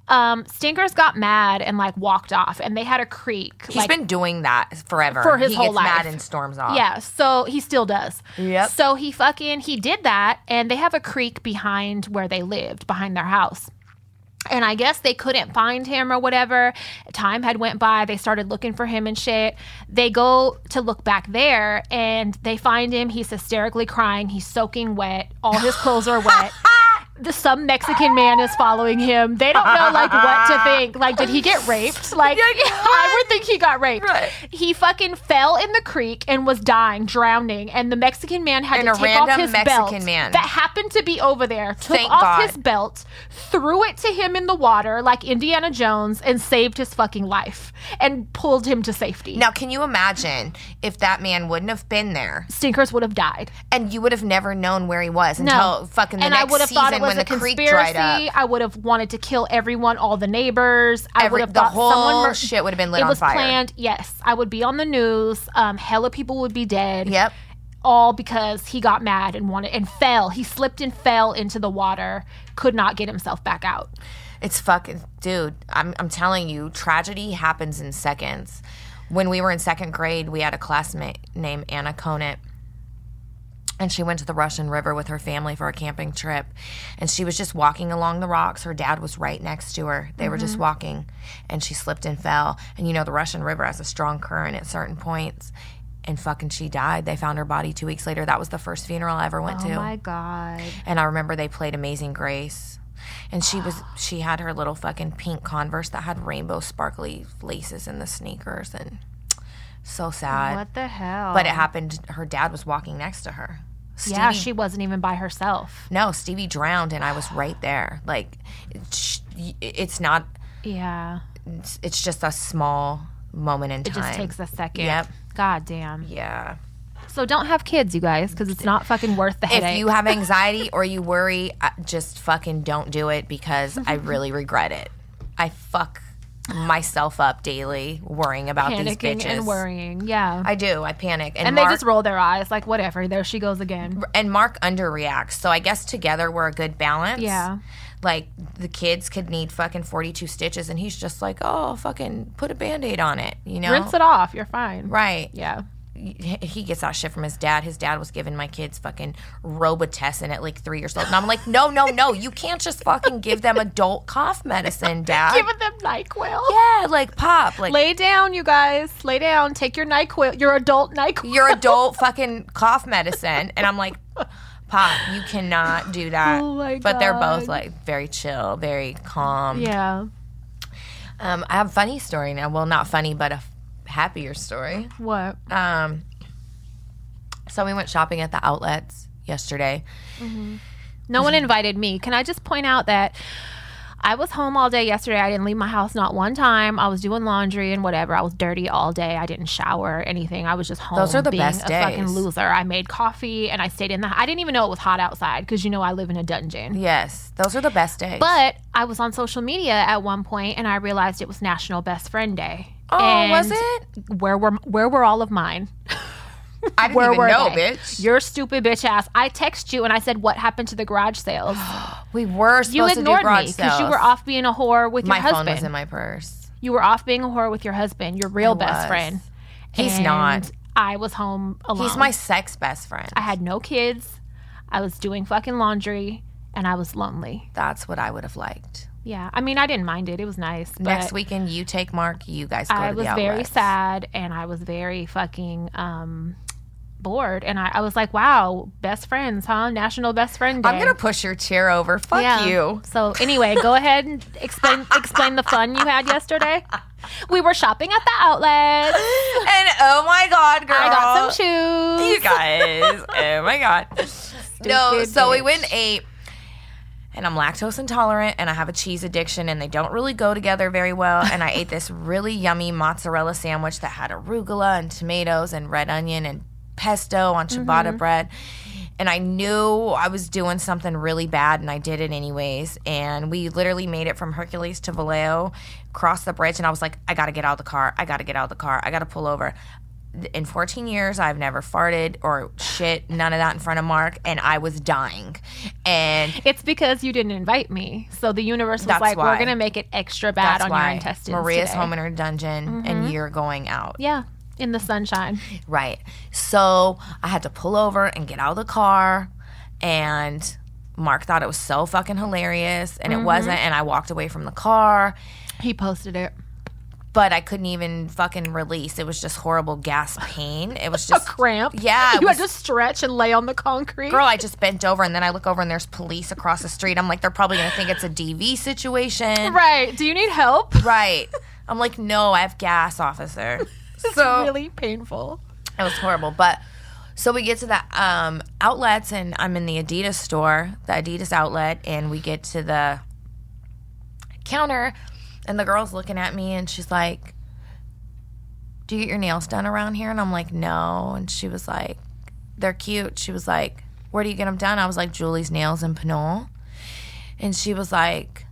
Um, Stinkers got mad and like walked off, and they had a creek.
He's
like,
been doing that forever.
For his
he
whole
gets mad
life.
and storms off.
Yeah, so he still does.
Yep.
So he fucking he did that and they have a creek behind where they lived, behind their house. And I guess they couldn't find him or whatever. Time had went by. They started looking for him and shit. They go to look back there and they find him. He's hysterically crying. He's soaking wet. All his clothes are wet. The, some Mexican man is following him. They don't know like what to think. Like, did he get raped? Like, I would think he got raped.
Right.
He fucking fell in the creek and was dying, drowning. And the Mexican man had
And
to
a
take off
random
his
Mexican
belt
man.
that happened to be over there. Took
Thank
off
God.
his belt, threw it to him in the water like Indiana Jones, and saved his fucking life and pulled him to safety.
Now, can you imagine if that man wouldn't have been there?
Stinkers would have died.
and you would have never known where he was
No,
until fucking the
and I
next
would have
season
thought it was
when
a
the creek dried
conspiracy.
up.
I would have wanted to kill everyone, all the neighbors. I would
Every,
have
the
thought someone
whole
mur-
shit would have been lit
It
on
was
fire.
planned. Yes, I would be on the news. Um, hella people would be dead.
Yep.
all because he got mad and wanted and fell. He slipped and fell into the water, could not get himself back out.
It's fucking dude. I'm I'm telling you, tragedy happens in seconds. When we were in second grade, we had a classmate named Anna Conant. And she went to the Russian River with her family for a camping trip. And she was just walking along the rocks. Her dad was right next to her. They were just walking. And she slipped and fell. And you know, the Russian River has a strong current at certain points. And fucking she died. They found her body two weeks later. That was the first funeral I ever went to
god.
and I remember they played Amazing Grace. And she was she had her little fucking pink Converse that had rainbow sparkly laces in the sneakers and so sad.
the hell?
But it happened her dad was walking next to her. Stevie,
yeah, she wasn't even by herself.
No, Stevie drowned and I was right there. Like it's, it's not
Yeah.
it's, it's just a small moment in
It
time.
just takes a second.
Yep.
God damn.
Yeah.
So don't have kids, you guys, because it's not fucking worth the headache.
If you have anxiety or you worry, uh, just fucking don't do it because I really regret it. I fuck myself up daily worrying about these
panicking
bitches.
and worrying, yeah.
I do. I panic. And,
and
Mark,
they just roll their eyes, like whatever. There she goes again.
and Mark underreacts. So I guess together we're a good balance.
Yeah.
Like the kids could need fucking 42 stitches and he's just like, "Oh, fucking put a band-aid on it." You know?
Rinse it off. You're fine.
Right.
Yeah.
he he gets that shit from his dad. His dad was giving my kids fucking Robitussin at like three years old, and I'm like, no, no, no, you can't just fucking give them adult cough medicine, dad.
Giving them Nyquil.
yeah, like pop, like
Lay down, you guys. Lay down. Take your Nyquil. Your adult Nyquil.
your adult fucking cough medicine, and I'm like, pop, you cannot do that.
Oh my
but they're both
God.
like very chill, very calm.
yeah.
Um, I have a funny story now. Well, not funny, but a f- happier story.
What?
Um, so we went shopping at the outlets yesterday.
No one invited me. Can I just point out that I was home all day yesterday. I didn't leave my house not one time. I was doing laundry and whatever. I was dirty all day. I didn't shower or anything. I was just home.
Those are the
being
best
a fucking
days.
loser. I made coffee and I stayed in the. I didn't even know it was hot outside because you know I live in a dungeon.
Yes, those are the best days.
But I was on social media at one point and I realized it was National Best Friend Day.
oh,
and
was it?
Where were where were all of mine?
I didn't
Where
even
were
know,
they?
bitch.
Your stupid bitch ass. I text you and I said, "What happened to the garage sales?"
we were supposed
you
to do
ignored
garage
me because you
sales.
were off being a whore with
My
your
phone was
husband.
in my purse.
you were off being a whore with your husband, your real best
was.
friend.
He's
And
not.
I was home alone.
He's my sex best friend.
I had no kids. I was doing fucking laundry, and I was lonely.
That's what I would have liked.
Yeah, I mean, I didn't mind it. It was nice. But
Next weekend, you take Mark. You guys go
I
to
was
the outlets.
very sad, and I was very fucking um, bored. And I, I was like, "Wow, best friends, huh? National Best Friend Day."
I'm gonna push your chair over. Fuck
Yeah.
you.
So anyway, go ahead and explain explain the fun you had yesterday. We were shopping at the outlet.
And oh my god, girl,
I got some shoes.
You guys, oh my god. no,
Stupid
so we
bitch.
went and ate, and I'm lactose intolerant, and I have a cheese addiction, and they don't really go together very well. And I ate this really yummy mozzarella sandwich that had arugula and tomatoes and red onion and pesto on ciabatta bread. And I knew I was doing something really bad, and I did it anyways. And we literally made it from Hercules to Vallejo, crossed the bridge, and I was like, I gotta get out of the car. I gotta get out of the car. I gotta pull over in 14 years I've never farted or shit, none of that in front of Mark, and I was dying. And
It's because you didn't invite me. So the universe was
That's
like,
why.
we're gonna make it extra bad
that's
on
why
your intestines.
Maria's
today. Mm-hmm.
home in her dungeon, and you're going out.
Yeah. In the sunshine.
Right. So I had to pull over and get out of the car, and Mark thought it was so fucking hilarious, and
Mm-hmm.
it wasn't. And I walked away from the car,
He posted it.
but I couldn't even fucking release. It was just horrible gas pain. It was just
Cramp.
Yeah, it
You
was-
had to stretch and lay on the concrete.
girl, I just bent over and then I look over and there's police across the street. I'm like, they're probably gonna think it's a DV situation.
Right. Do you need help?
Right. I'm like, no, I have gas, officer.
It's
So
really painful.
it was horrible. But so we get to the um, outlets, and I'm in the Adidas store, the Adidas outlet, and we get to the counter, and the girl's looking at me, and she's like, "Do you get your nails done around here?" And I'm like, "No." And she was like, "They're cute." She was like, "Where do you get them done?" I was like, "Julie's Nails in Pinole," and she was like,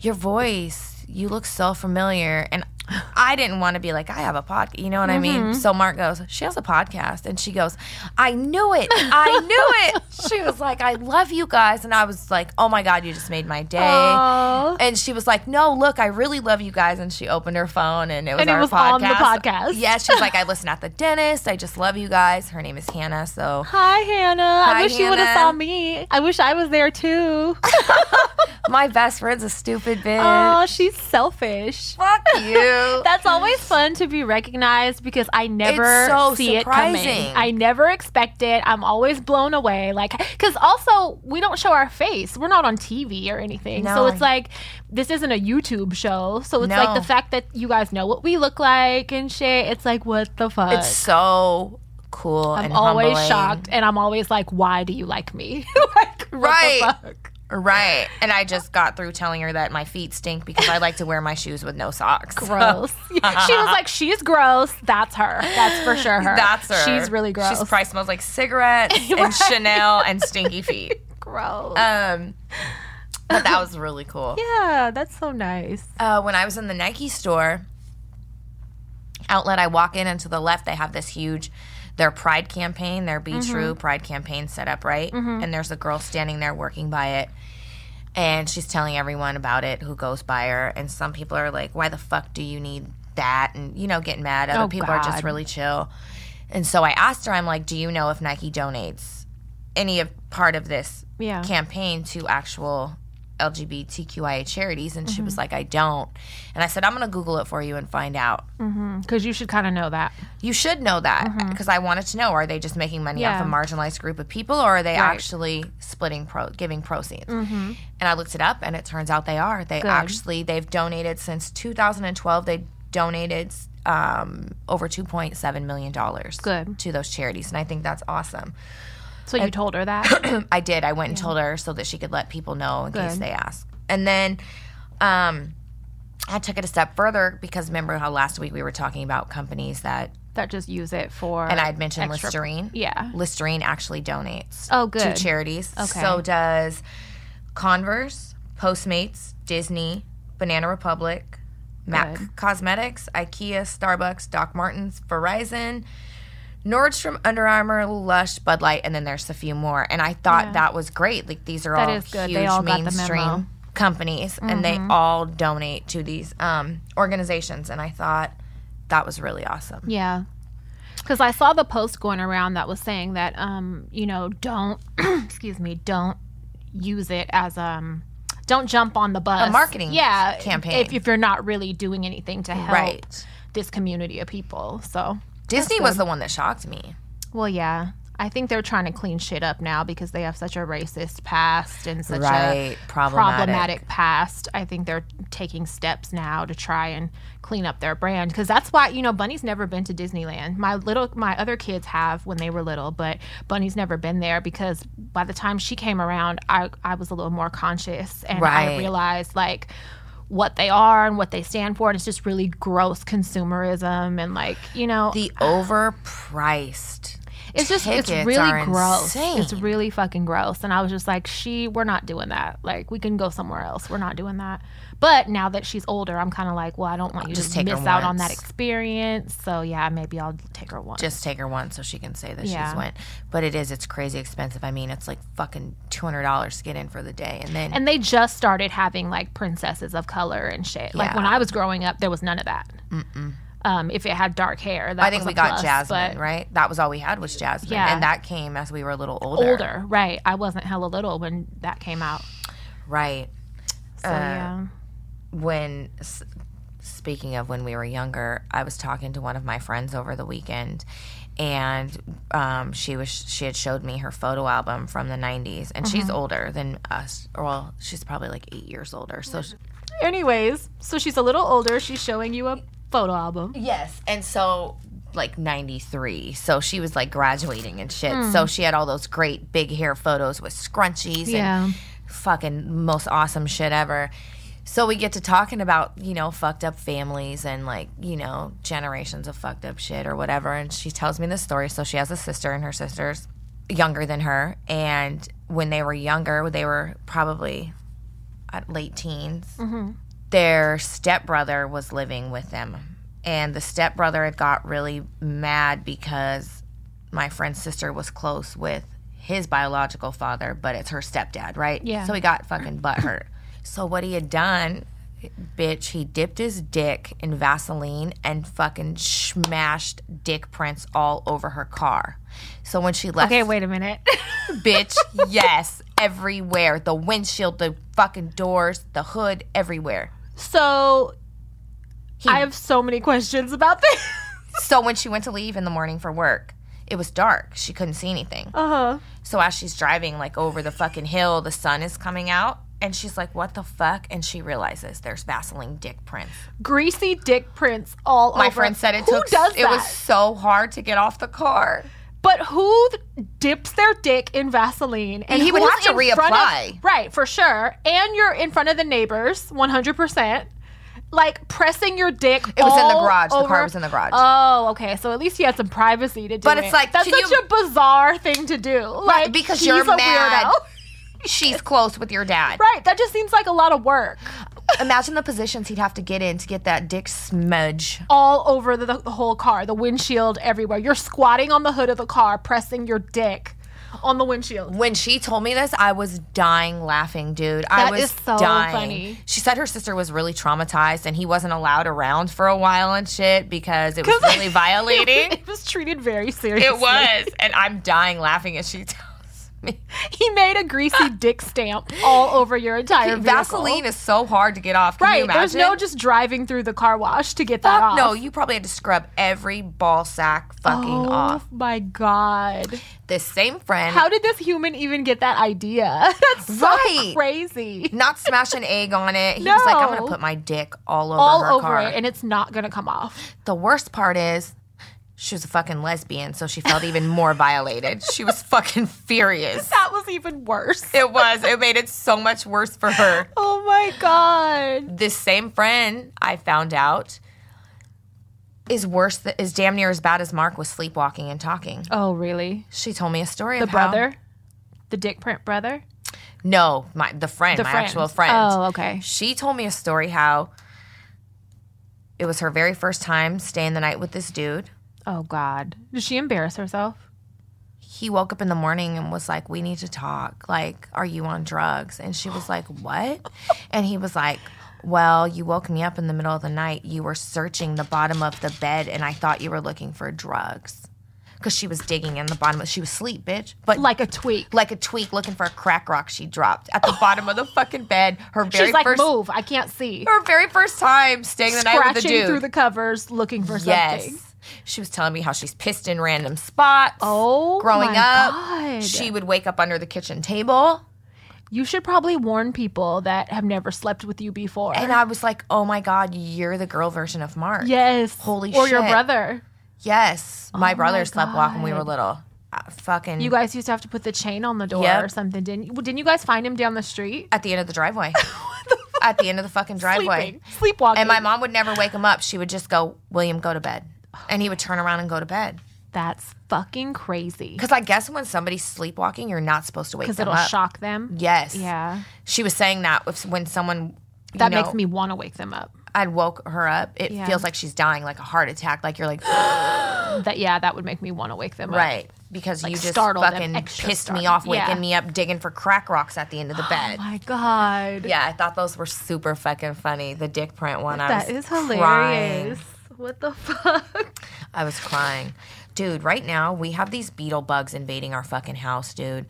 "Your voice." You look so familiar, and I didn't want to be like, I have a podcast. You know what I mean? So Mark goes, She has a podcast. And she goes, I knew it. I knew it. she was like, I love you guys. And I was like, Oh my God, you just made my day.
Aw.
And she was like, No, look, I really love you guys. And she opened her phone and it was
And it
our
was
podcast.
on the podcast.
Yeah, she's like, I listen at the dentist. I just love you guys. Her name is Hannah. So
Hi Hannah.
Hi,
I wish you would have
Hannah.
saw me. I wish I was there too.
my best friend's a stupid bitch.
oh, she's selfish.
Fuck you.
That's always fun to be recognized because I never
It's so
see it
surprising.
coming. I never expect it. I'm always blown away. Like, because also we don't show our face. We're not on TV or anything.
No.
So it's like this isn't a YouTube show. So it's
No.
like the fact that you guys know what we look like and shit. It's like what the fuck.
it's so cool
I'm
and
always
humbling.
shocked, and I'm always like, why do you like me? like, what
Right.
The fuck?
Right. And I just got through telling her that my feet stink because I like to wear my shoes with no socks.
Gross. she was like, she's gross. That's her. That's for sure her.
That's her.
She's really gross.
She probably smells like cigarettes and Chanel and stinky feet.
gross.
Um, but that was really cool.
yeah, that's so nice.
Uh, when I was in the Nike store outlet, I walk in and to the left they have this huge their pride campaign, their Be
Mm-hmm.
True pride campaign set up, right? And there's a girl standing there working by it. And she's telling everyone about it who goes by her. And some people are like, why the fuck do you need that? And, you know, getting mad. Other
Oh,
people are just
God.
really chill. And so I asked her, I'm like, do you know if Nike donates any of part of this
Yeah.
campaign to actual LGBTQIA charities? And she
Mm-hmm.
was like, I don't. And I said, I'm going to Google it for you and find out.
Because you should kind of know that.
You should know that because I wanted to know are they just making money off
Mm-hmm. Yeah.
a marginalized group of people or are they actually splitting pro giving proceeds?
Mm-hmm.
And I looked it up and it turns out they are. They actually they've donated since 2012 they donated um, over 2.7 million dollars
Good.
to those charities and I think that's awesome.
So you told her that?
I did. I went and told her so that she could let people know in case
Good.
they ask. And then um, I took it a step further because remember how last week we were talking about companies that
that just use it for.
and I had mentioned
extra-
Listerine.
Yeah.
Listerine actually donates
Oh,
to
good.
charities.
Okay.
So does Converse, Postmates, Disney, Banana Republic, MAC
Good.
Cosmetics, IKEA, Starbucks, Doc Martens, Verizon, Nordstrom, Under Armour, Lush, Bud Light, and then there's a few more. And I thought that was great. Like these are
That
all
is good.
huge
They all got the
mainstream
memo. Mm-hmm.
companies, and they all donate to these um, organizations. And I thought that was really awesome.
Yeah. Because I saw the post going around that was saying that, um, you know, don't, excuse me, don't use it as um, don't jump on the bus.
A marketing
yeah,
campaign.
If, if you're not really doing anything to help
Right.
this community of people. So,
Disney was the one that shocked me.
well, yeah. I think they're trying to clean shit up now because they have such a racist past and such
Right,
a
problematic.
problematic past. I think they're taking steps now to try and clean up their brand because that's why you know Bunny's never been to Disneyland. My little, my other kids have when they were little, but Bunny's never been there because by the time she came around, I I was a little more conscious and
Right.
I realized like what they are and what they stand for and it's just really gross consumerism and like you know
The overpriced.
it's just it's
tickets
really
are
gross.
insane.
It's really fucking gross. And I was just like, she, we're not doing that. Like, we can go somewhere else. We're not doing that. But now that she's older, I'm kind of like, well, I don't want you
Just
to
take her
miss out on
once.
that experience. So yeah, maybe I'll take her once.
Just take her once so she can say that
Yeah.
she's went. But it is, it's crazy expensive. I mean, it's like fucking $200 to get in for the day. And then,
and they just started having like princesses of color and shit. Like
Yeah.
when I was growing up, there was none of that. Um, if it had dark hair, that
I think
was
we
a
got
plus,
Jasmine,
but
right? That was all we had was Jasmine.
Yeah.
And that came as we were a little older.
Older, right? I wasn't hella little when that came out.
Right. Uh,
So yeah,
when s- speaking of when we were younger, I was talking to one of my friends over the weekend, and um, she was she had showed me her photo album from the '90s, and
Mm-hmm.
she's older than us. Or, Well, she's probably like eight years older. So she-
Anyways, so she's a little older. She's showing you a photo album.
yes, and so like 93 so she was like graduating and shit so she had all those great big hair photos with scrunchies
Yeah.
and fucking most awesome shit ever. So we get to talking about, you know, fucked up families and like, you know, generations of fucked up shit or whatever. And she tells me this story. So she has a sister and her sister's younger than her. And when they were younger, they were probably at late teens. Their stepbrother was living with them. And the stepbrother had got really mad because my friend's sister was close with his biological father, but it's her stepdad, right?
Yeah.
So he got fucking butthurt. So what he had done, bitch, he dipped his dick in Vaseline and fucking smashed dick prints all over her car. So when she left,
Okay, wait a minute.
bitch, yes, everywhere. The windshield, the fucking doors, the hood, everywhere.
so I have so many questions about this.
So when she went to leave in the morning for work, it was dark. She couldn't see anything.
Uh-huh.
So as she's driving like over the fucking hill, the sun is coming out and she's like, "What the fuck?" and she realizes there's Vaseline dick prints.
Greasy dick prints all
My
over.
friend said it
Who
took
does
it was
that?
so hard to get off the car.
But who th- dips their dick in Vaseline? And
He would
who's
have to
in front of-
reapply.
right, for sure. And you're in front of the neighbors, 100%. Like pressing your dick.
It was in the
all
garage. The car
over-
was in the garage.
Oh, okay. So at least he had some privacy to do.
But it's
it.
like,
that's
can
such
you-
a bizarre thing to do. Like
because
he's
you're
a
mad.
weirdo.
She's close with your dad.
Right. That just seems like a lot of work
Imagine the positions he'd have to get in to get that dick smudge.
all over the, the whole car, the windshield everywhere. You're squatting on the hood of the car, pressing your dick on the windshield.
When she told me this, I was dying laughing, dude. I
That
was
is so
dying.
funny.
She said her sister was really traumatized and he wasn't allowed around for a while and shit because it was really violating.
it was treated very seriously.
It was. And I'm dying laughing as she tells me.
He made a greasy dick stamp all over your entire vehicle.
Vaseline is so hard to get off. Can you
Right. There's no
imagine?
just driving through the car wash to get that
Fuck
off.
no, you probably had to scrub every ball sack fucking
Oh
off.
my god.
This same friend
How did this human even get that idea? That's so
Right.
crazy.
not smash an egg on it. He was like, I'm gonna
No.
put my dick all over
All
her
over
car.
it, and it's not gonna come off.
the worst part is she was a fucking lesbian, so she felt even more violated. She was fucking furious.
That was even worse.
It was. It made it so much worse for her.
Oh my god.
This same friend I found out is worse. Th- is damn near as bad as Mark was sleepwalking and talking.
Oh really?
She told me a story.
The
of how-
brother, the dick print brother,
No, my the friend,
the
my
friend.
actual friend.
Oh okay.
She told me a story how it was her very first time staying the night with this dude.
Oh god. Did she embarrass herself?
He woke up in the morning and was like, "We need to talk. Like, are you on drugs?" And she was like, "What?" And he was like, "Well, you woke me up in the middle of the night. You were searching the bottom of the bed, and I thought you were looking for drugs." Cause she was digging in the bottom of she was asleep, bitch. But
Like a tweak.
like a tweak looking for a crack rock she dropped at the bottom of the fucking bed. Her very
She's like,
first
move. I can't see.
her very first time staying the night with the
Scratching
dude.
through the covers, looking for something.
yes. She was telling me how she's pissed in random spots.
Oh,
growing
my
up,
God.
she would wake up under the kitchen table,
You should probably warn people that have never slept with you before.
and I was like, "Oh my God, you're the girl version of Mark."
Yes.
Holy
Or your
shit.
brother.
Yes, my brother
Oh my
slept walk when we were
God.
little. Uh, fucking
You guys used to have to put the chain on the door
Yep.
or something, didn't you? Well, Didn't you guys find him down the street?
at the end of the driveway. at the end of the fucking driveway.
Sleeping. Sleepwalking.
And my mom would never wake him up. She would just go, "William, go to bed," and he would turn around and go to bed.
That's fucking crazy.
Because I guess when somebody's sleepwalking, you're not supposed to wake
Because
them
it'll
up.
shock them.
Yes.
Yeah.
She was saying that if, when someone you
That
know,
makes me want to wake them up.
I'd woke her up. It
Yeah.
feels like she's dying, like a heart attack. Like you're like
That yeah, that would make me want to wake them up.
right because you just
startled them,
fucking
extra
pissed me
startled.
off, waking
Yeah.
me up, digging for crack rocks at the end of the bed.
Oh my god.
yeah, I thought those were super fucking funny. The dick print one. I
That
was
is hilarious.
Crying.
What the fuck?
I was crying. Dude, right now we have these beetle bugs invading our fucking house, dude.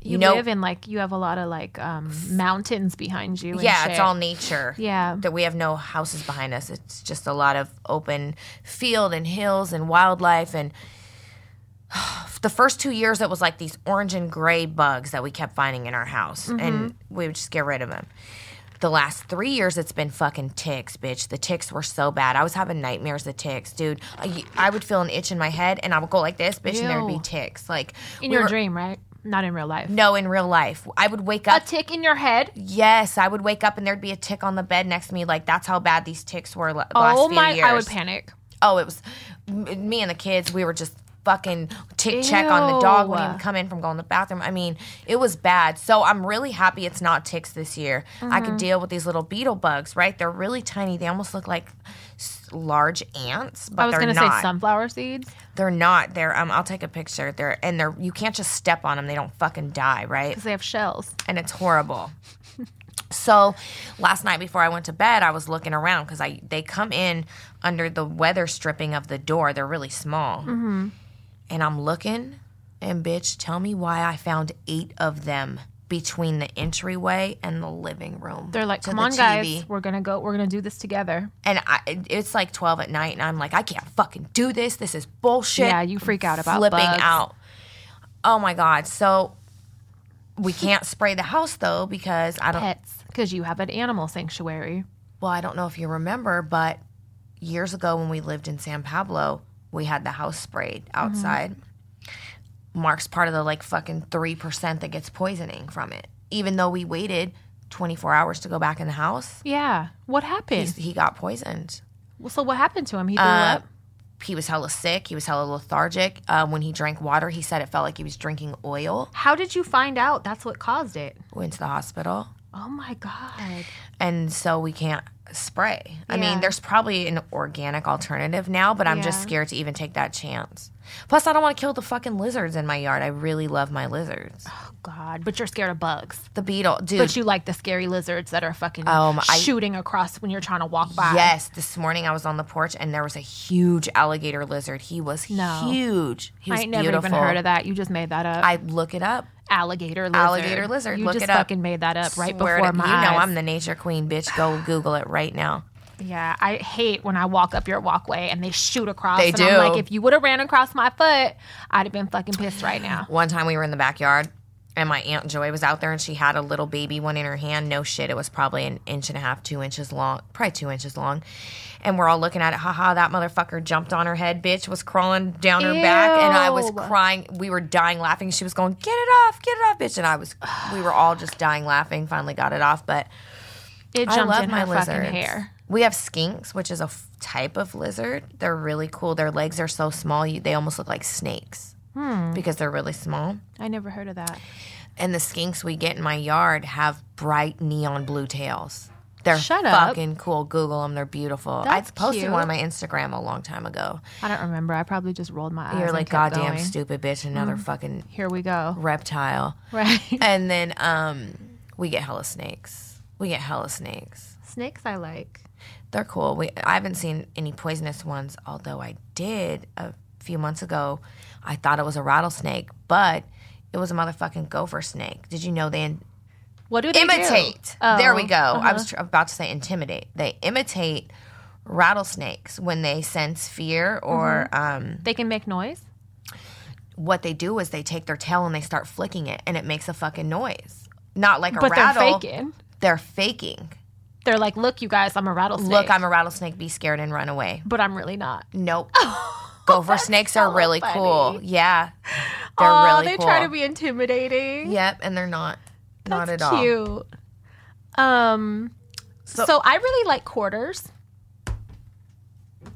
You,
know-
live in like you have a lot of like um mountains behind you. and
Yeah, it's
shit.
all nature.
Yeah.
That we have no houses behind us. It's just a lot of open field and hills and wildlife. And the first two years, it was like these orange and gray bugs that we kept finding in our house. And
Mm-hmm.
we would just get rid of them. The last three years, it's been fucking ticks, bitch. The ticks were so bad. I was having nightmares of ticks, dude. I, I would feel an itch in my head and I would go like this, bitch, and there would be
Ew.
ticks. Like,
in
we
your
were-
dream, right? Not in real life.
No, in real life. I would wake
A
up.
tick in your head.
Yes, I would wake up and there'd be a tick on the bed next to me. Like that's how bad these ticks were la- the last
Oh
few
my!
years.
I would panic.
Oh, it was m- me and the kids. We were just fucking tick check on the dog. Wouldn't
Ew.
even come in from going to the bathroom. I mean, it was bad. So I'm really happy it's not ticks this year. I
Mm-hmm.
could deal with these little beetle bugs. Right? They're really tiny. They almost look like s- large ants, but
I was
they're
gonna
not.
say sunflower seeds.
They're not. They're. Um, I'll take a picture. They're and they're. You can't just step on them. They don't fucking die. Right?
because they have shells.
and it's horrible. So, last night before I went to bed, I was looking around because I they come in under the weather stripping of the door. They're really small,
Mm-hmm.
and I'm looking, and bitch, tell me why I found eight of them between the entryway and the living room.
They're like,
to
come
the
on, guys,
TV."
we're gonna go, we're gonna do this together.
and I, it- it's like twelve at night, and I'm like, I can't fucking do this. This is bullshit.
Yeah, you freak out about
flipping
bugs.
out. Oh my god! So. We can't spray the house though because I don't
pets because you have an animal sanctuary.
Well, I don't know if you remember, but
Mm-hmm.
years ago when we lived in San Pablo, we had the house sprayed outside. Mark's part of the like fucking 3% that gets poisoning from it. Even though we waited 24 hours to go back in the house,
Yeah. What happened?
he's, he got poisoned.
Well, so what happened to him? He threw
Uh,
up.
he was hella sick. He was hella lethargic. Uh, when he drank water, he said it felt like he was drinking oil.
How did you find out that's what caused it?
Went to the hospital.
Oh my god.
and so we can't spray. I
Yeah.
mean, there's probably an organic alternative now, but I'm just
Yeah.
scared to even take that chance. Plus, I don't want to kill the fucking lizards in my yard. I really love my lizards.
Oh god. But you're scared of bugs.
The beetle, dude.
But you like the scary lizards that are fucking
Um, I-
shooting across when you're trying to walk by.
Yes, this morning I was on the porch and there was a huge alligator lizard. He was
No.
huge. He was
I ain't never
beautiful.
even heard of that. You just made that up.
I look it up.
alligator lizard.
Alligator lizard.
You
Look
just
it up.
fucking made that up right
Swear to-
before my
You know
eyes.
I'm the nature queen, bitch. Go Google it right now.
Yeah, I hate when I walk up your walkway and they shoot across.
They
and I'm
do.
like, if you would have ran across my foot, I'd have been fucking pissed right now.
One time we were in the backyard and my Aunt Joy was out there and she had a little baby one in her hand. No shit. It was probably an inch and a half, two inches long, probably two inches long. And we're all looking at it. Haha, that motherfucker jumped on her head, bitch, was crawling down her back. And I was
Ew.
crying. We were dying laughing. She was going, get it off, get it off, bitch. And I was, we were all just dying laughing. Finally got it off. But
It
I
jumped
love
in
my
my her
lizards.
fucking hair.
We have skinks, which is a f- type of lizard. They're really cool. Their legs are so small, you, they almost look like snakes
Hmm.
because they're really small.
I never heard of that.
And the skinks we get in my yard have bright neon blue tails. They're
Shut up.
fucking cool. Google them. They're beautiful.
That's
I posted
cute.
one on my Instagram a long time ago.
I don't remember. I probably just rolled my eyes.
You're
and
like,
kept
goddamn
going. Mm.
stupid bitch, another fucking
Here we go.
reptile.
Right.
And then um, we get hella snakes. We get hella snakes.
Snakes I like.
They're cool. We, I haven't seen any poisonous ones, although I did a few months ago. I thought it was a rattlesnake, but it was a motherfucking gopher snake. Did you know they
What do they do?
imitate.
Oh, uh-huh.
There we go. I was tr- about to say intimidate. They imitate rattlesnakes when they sense fear or um,
They can make noise.
what they do is they take their tail and they start flicking it and it makes a fucking noise. Not like a
But they're
rattle.
faking.
They're faking.
They're like, look, you guys, I'm a rattlesnake.
Look, I'm a rattlesnake. Be scared and run away.
but I'm really not.
Nope. Gopher snakes are
Oh, so
really
funny.
cool. Yeah. They're
oh,
really
they
cool.
try to be intimidating.
Yep, and they're not. not at
That's
all.
cute. Um, so, I really like quarters.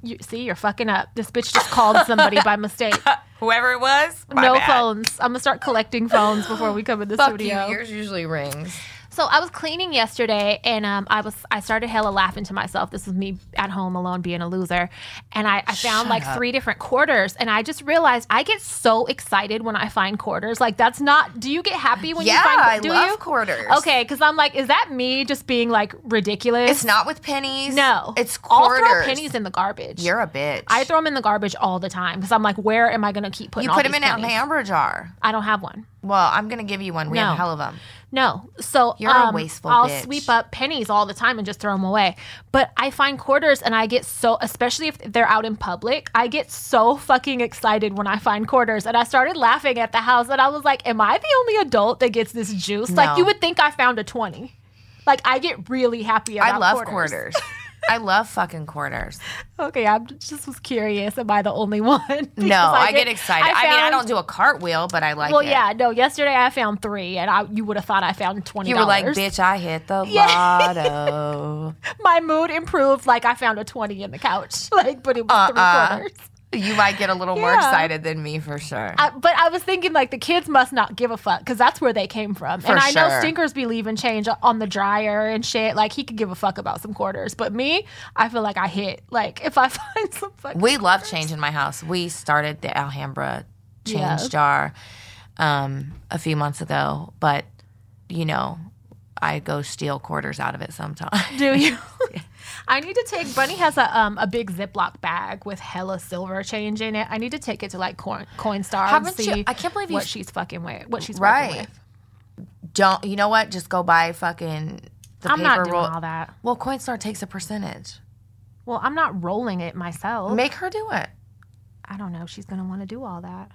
You see, you're fucking up. This bitch just called somebody by mistake.
Whoever it was, my
no
bad.
phones. I'm gonna start collecting phones before we come in the
Fuck you.
studio.
Yours usually rings.
So I was cleaning yesterday, and um, I was I started hella laughing to myself. This was me at home alone being a loser, and I, I found like three different quarters, and I just realized I get so excited when I find quarters. Like that's not. Do you get happy when
yeah,
you
I
find? do
love
you?
quarters.
Okay, because I'm like, is that me just being like ridiculous?
It's not with pennies.
No,
It's
I'll
quarters.
throw pennies in the garbage.
You're a bitch.
I throw them in the garbage all the time because I'm like, where am I going to keep putting?
you
all
put them
these
in a
pennies?
Alhambra jar.
I don't have one.
Well, I'm going to give you one. We have
No.
a hell of them.
No. So
You're a
um,
wasteful
I'll
bitch.
sweep up pennies all the time and just throw them away. But I find quarters and I get so, especially if they're out in public, I get so fucking excited when I find quarters. And I started laughing at the house and I was like, am I the only adult that gets this juice?
No.
Like, you would think I found a 20. Like, I get really happy about
I love quarters. I love fucking quarters.
Okay, I just was curious. Am I the only one? Because
No, I, get, excited. I, mean, I
found-
don't do a cartwheel, but I like
Well,
it.
yeah, no. Yesterday I found three, and I, you would have thought I found twenty.
You were like, bitch, I hit the
Yeah.
lotto.
my mood improved. Like I found a twenty in the couch, like, but it was
Uh-uh.
three quarters.
you might get a little more
Yeah.
excited than me for sure.
I, but I was thinking like the kids must not give a fuck because that's where they came from. and I know
sure.
Stinkers be leaving change on the dryer and shit. Like he could give a fuck about some quarters, but me, I feel like I hit. Like if I find some fucking
we love change in my house. We started the Alhambra change
Yeah.
jar um, a few months ago, but you know, I go steal quarters out of it sometimes.
Do you? I need to take. Bunny has a um a big Ziploc bag with hella silver change in it. I need to take it to like Coin Coinstar and
Haven't you-
see.
I can't believe you-
what she's fucking with. What she's
Right.
working with.
Don't you know what? Just go buy fucking the
I'm
paper
not doing
roll.
all that.
Well, Coinstar takes a percentage.
Well, I'm not rolling it myself.
Make her do it.
I don't know. She's gonna want to do all that.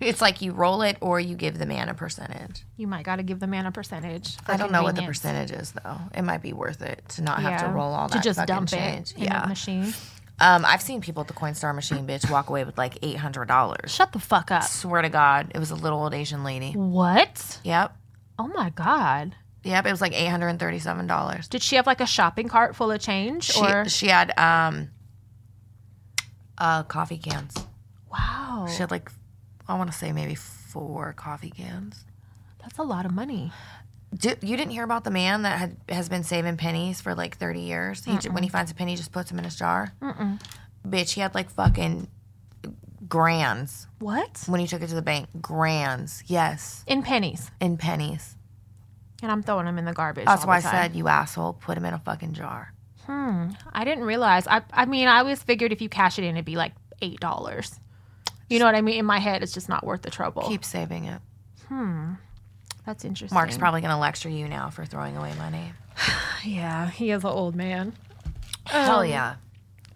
It's like you roll it or you give the man a percentage.
You might got to give the man a percentage. for
I don't know what the
convenience.
percentage is though. It might be worth it to not have to
Yeah.
roll all that
to just
fucking
dump
change.
it in
yeah.
a machine.
Um, I've seen people at the Coinstar machine, bitch, walk away with like eight hundred dollars.
Shut the fuck up.
Swear to God, it was a little old Asian lady.
What?
Yep,
Oh my god.
yep, it was like eight hundred and thirty-seven dollars.
Did she have like a shopping cart full of change
She
or
she had um, uh, coffee cans.
wow.
She had like, I want to say maybe four coffee cans.
That's a lot of money.
Do, you didn't hear about the man that had, has been saving pennies for like 30 years? He, j- when he finds a penny, he just puts them in his jar. Bitch, he had like fucking grands
What?
when he took it to the bank. Grands, yes,
In pennies.
in pennies.
And I'm throwing them in the garbage.
That's
all
why I
the time.
said, you asshole, put them in a fucking jar.
I didn't realize. I I mean, I always figured if you cash it in, it'd be like eight dollars. You know what I mean? In my head, it's just not worth the trouble.
Keep saving it.
That's interesting.
Mark's probably going to lecture you now for throwing away money.
Yeah, he is an old man.
Hell yeah.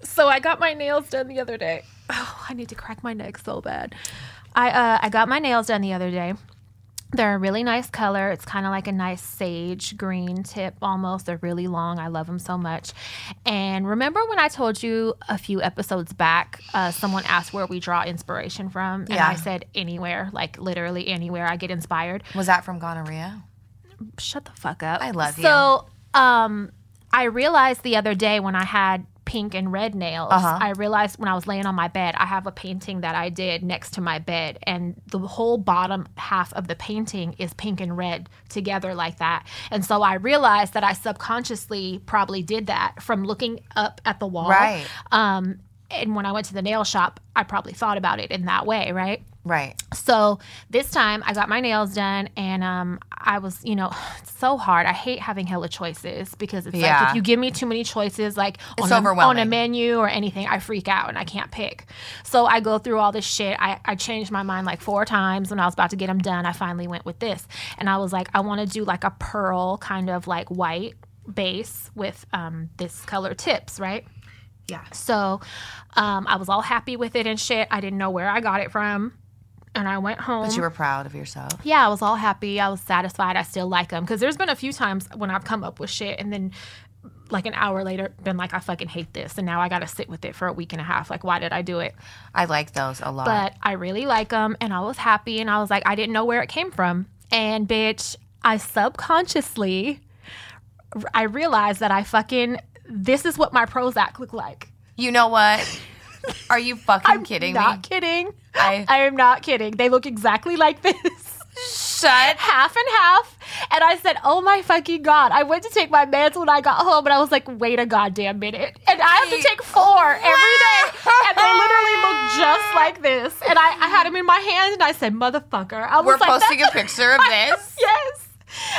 So I got my nails done the other day. Oh, I need to crack my neck so bad. I uh, I got my nails done the other day. They're a really nice color. It's kind of like a nice sage green tip almost. They're really long. I love them so much. And remember when I told you a few episodes back, uh, someone asked where we draw inspiration from? And
Yeah.
I said anywhere, like literally anywhere I get inspired
Was that from gonorrhea?
shut the fuck up.
I love you.
So, um, I realized the other day when I had pink and red nails,
Uh-huh.
I realized when I was laying on my bed, I have a painting that I did next to my bed, and the whole bottom half of the painting is pink and red together like that. And so I realized that I subconsciously probably did that from looking up at the wall.
Right.
Um, and when I went to the nail shop, I probably thought about it in that way, right?
Right.
So this time I got my nails done and um I was, you know, it's so hard. I hate having hella choices because it's like
Yeah.
if you give me too many choices like
It's
on, a, on a
overwhelming.
menu or anything, I freak out and I can't pick. So I go through all this shit. I, I changed my mind like four times when I was about to get them done. I finally went with this. And I was like, I want to do like a pearl kind of like white base with um this color tips, right?
Yeah.
So um, I was all happy with it and shit. I didn't know where I got it from. And I went home.
But you were proud of yourself.
yeah, I was all happy. I was satisfied. I still like them. Because there's been a few times when I've come up with shit and then like an hour later been like, I fucking hate this. And now I got to sit with it for a week and a half. Like, why did I do it?
I like those a lot.
But I really like them. And I was happy. And I was like, I didn't know where it came from. And bitch, I subconsciously, I realized that I fucking, this is what my Prozac looked like.
you know what? Are you fucking kidding
not
me?
kidding.
I-
I, am not kidding. They look exactly like this.
Shut
half and half. And I said, Oh my fucking God. I went to take my meds when I got home and I was like, wait a goddamn minute. And I have to take four every day. And they literally look just like this. And I, I had them in my hand and I said, Motherfucker. I was
We're
like,
posting a
"That's-
picture of this.
Yes.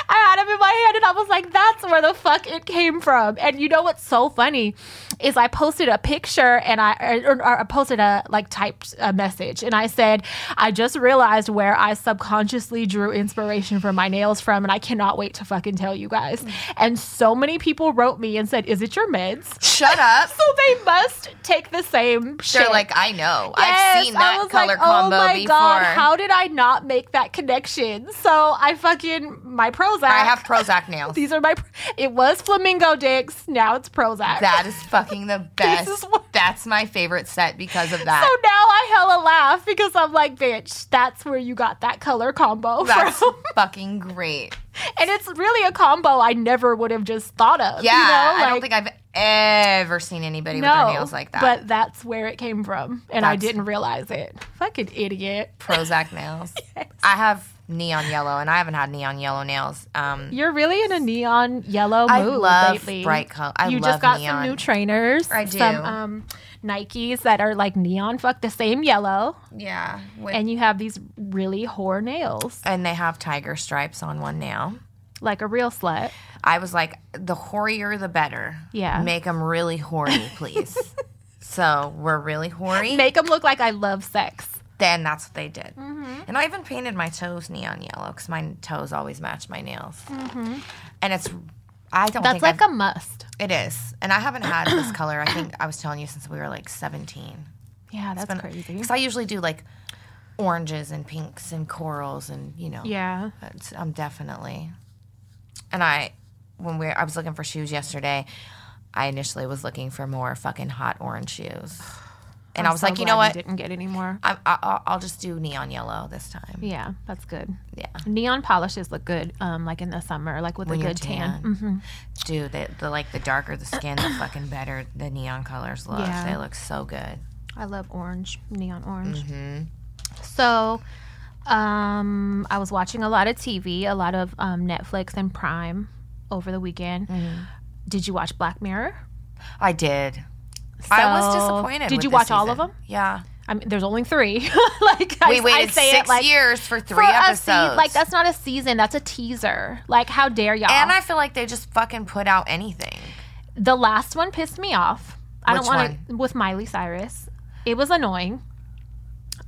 I had them in my hand and I was like, that's where the fuck it came from. And you know what's so funny is I posted a picture and I or, or I posted a like typed a message and I said, I just realized where I subconsciously drew inspiration for my nails from and I cannot wait to fucking tell you guys.
Mm.
And so many people wrote me and said, Is it your meds?
Shut up.
So they must take the same shit.
They're like, I know. I've
Yes,
seen
I
that
was
color
like,
combo
oh my
before.
God, how did I not make that connection? So I fucking my Prozac.
I have Prozac nails.
these are my. It was flamingo dicks. Now it's Prozac.
that is fucking the best.
is what-
That's my favorite set because of
so
that.
now I hella laugh because I'm like, bitch, that's where you got that color combo
That's
from,
fucking great.
and it's really a combo I never would have just thought of.
Yeah.
you know?
I don't
Like,
think I've ever seen anybody with
no,
their nails like that.
But that's where it came from, and I
That's-
didn't realize it. Fucking idiot.
Prozac nails. I have neon yellow and I haven't had neon yellow nails. Um
You're really in a neon yellow mood
I love
lately.
bright color. I
you
love
just got
neon.
some new trainers.
I do.
Some um, Nikes that are like neon, fuck the same yellow,
yeah. with-
and you have these really whore nails,
and they have tiger stripes on one nail.
like a real slut.
I was like, the hoarier the better.
Yeah.
Make them really hoary, please. so we're really hoary.
Make them look like I love sex.
then that's what they did.
Mm-hmm.
And I even painted my toes neon yellow because my toes always match my nails. And it's, I don't
Mm-hmm. That's
think
like
I've-
a must.
it is. And I haven't had this color. I think I was telling you since we were like 17.
Yeah, that's crazy.
Because I usually do like oranges and pinks and corals and, you know.
Yeah,
It's, um, definitely. And I, when we, I was looking for shoes yesterday, I initially was looking for more fucking hot orange shoes. And
I'm
I was
so
like, you
glad
know what?
didn't get any more.
I, I, I'll- I'll just do neon yellow this time. Yeah.
Yeah, that's good. Neon polishes look good, um, like in the summer, like with
When
a
you're
good tan. Mm-hmm.
tan. Dude, the, the like the darker the skin, the fucking better the neon colors look.
Yeah.
They look so good.
I love orange, neon orange.
Mm-hmm.
So, um, I was watching a lot of TV, a lot of um, Netflix and Prime over the weekend.
Mm-hmm.
Did you watch Black Mirror?
I did. I was
So-
disappointed.
Did
with
you
this
watch all of
season.
them?
Yeah.
I mean, there's only three. like I,
We
I
waited
say
six
it like
years for three
for a
episodes.
se- like that's not a season. That's a teaser. Like how dare y'all?
and I feel like they just fucking put out anything.
the last one pissed me off. I don't
Which
want to with Miley Cyrus. It was annoying.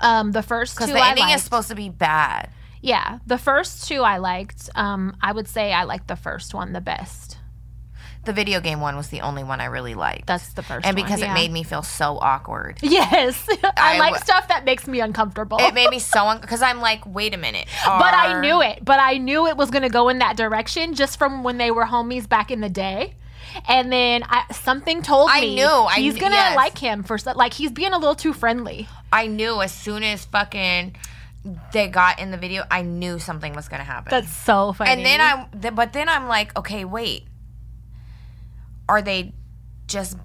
Um, the first two
Because the
I
ending
liked.
is supposed to be bad.
yeah, the first two I liked. Um, I would say I liked the first one the best.
The video game one was the only one I really liked.
That's the first.
and
one,
because
yeah.
it made me feel so awkward.
Yes, I,
I
like
w-
stuff that makes me uncomfortable.
It made me so because I'm like, wait a minute.
but I
are-
knew it. But I knew it was going to go in that direction just from when they were homies back in the day. And then I, something told
I
me
knew, I
he's
kn-
gonna
yes.
like him for so- like he's being a little too friendly.
I knew as soon as fucking they got in the video, I knew something was gonna happen.
That's so funny.
and then I, th- but then I'm like, okay, wait, are they just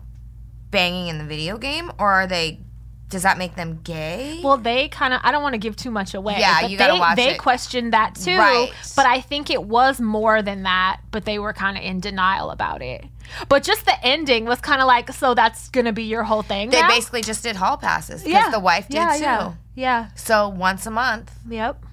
banging in the video game, or are they? Does that make them gay?
Well, they kind of, I don't want to give too much away.
Yeah,
but
you gotta
they,
watch
They
it.
questioned that too.
Right.
But I think it was more than that, but they were kind of in denial about it. But just the ending was kind of like, so that's going to be your whole thing.
they
now?
basically just did hall passes because
Yeah.
the wife did
yeah,
too.
Yeah. yeah.
So once a month,
Yep.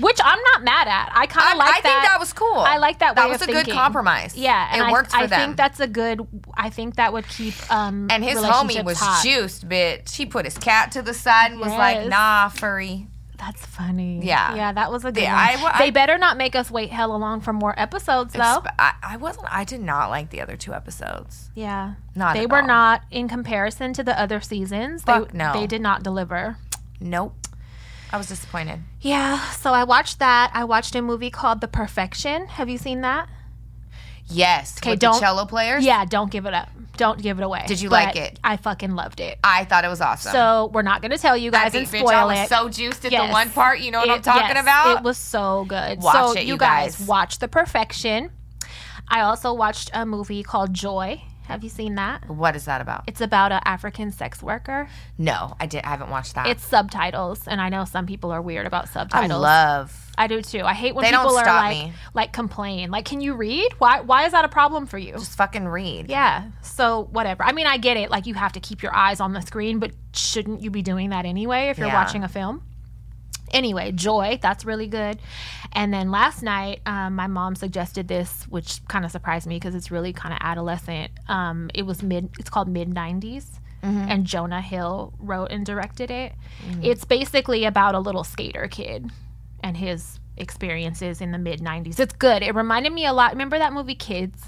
Which I'm not mad at. I kind
I,
of like
I think that was cool.
I like that.
That
way
was
of
a
thinking.
good compromise.
Yeah, and
it
I,
worked for
I
them.
think that's a good. I think that would keep. Um,
and his homie
relationships
was
hot.
juiced, bitch. He put his cat to the side and was like,
Yes.
"Nah, furry."
That's funny.
Yeah.
yeah, that was a good.
Yeah,
one.
I- well,
they
I-
better not make us wait hella long for more episodes, though.
Exp- I, I wasn't. I did not like the other two episodes.
yeah,
Not
they
at
were
all.
not in comparison to the other seasons.
Fuck
they,
no.
they did not deliver.
Nope. I was disappointed.
Yeah, so I watched that. I watched a movie called The Perfection. Have you seen that?
Yes. Okay.
don't-
the cello players.
Yeah, don't give it up. Don't give it away.
Did you
But
like it?
I fucking loved it.
I thought it was awesome.
So we're not going to tell you
I
guys and
think, bitch,
spoil
I was
it.
so juiced at
Yes.
the one part. You know what I'm
It-
talking
yes,
about?
It was so good.
Watch
so
it,
you,
you
guys.
guys.
watch The Perfection. I also watched a movie called Joy. Have you seen that?
what is that about?
It's about an African sex worker.
No, I did. I haven't watched that.
It's subtitles, and I know some people are weird about
I
subtitles.
love.
I do too. I hate when
They don't
people are
stop
like,
me.
like complain. Like, can you read? Why? Why is that a problem for you?
Just fucking read.
yeah. So whatever. I mean, I get it. Like, you have to keep your eyes on the screen, but shouldn't you be doing that anyway if you're
Yeah.
watching a film? anyway, Joy, that's really good. And then last night, um, my mom suggested this, which kind of surprised me because it's really kind of adolescent. Um, it was mid. It's called mid 90s and Jonah Hill wrote and directed it. It's basically about a little skater kid and his experiences in the mid 90s. It's good. It reminded me a lot. Remember that movie Kids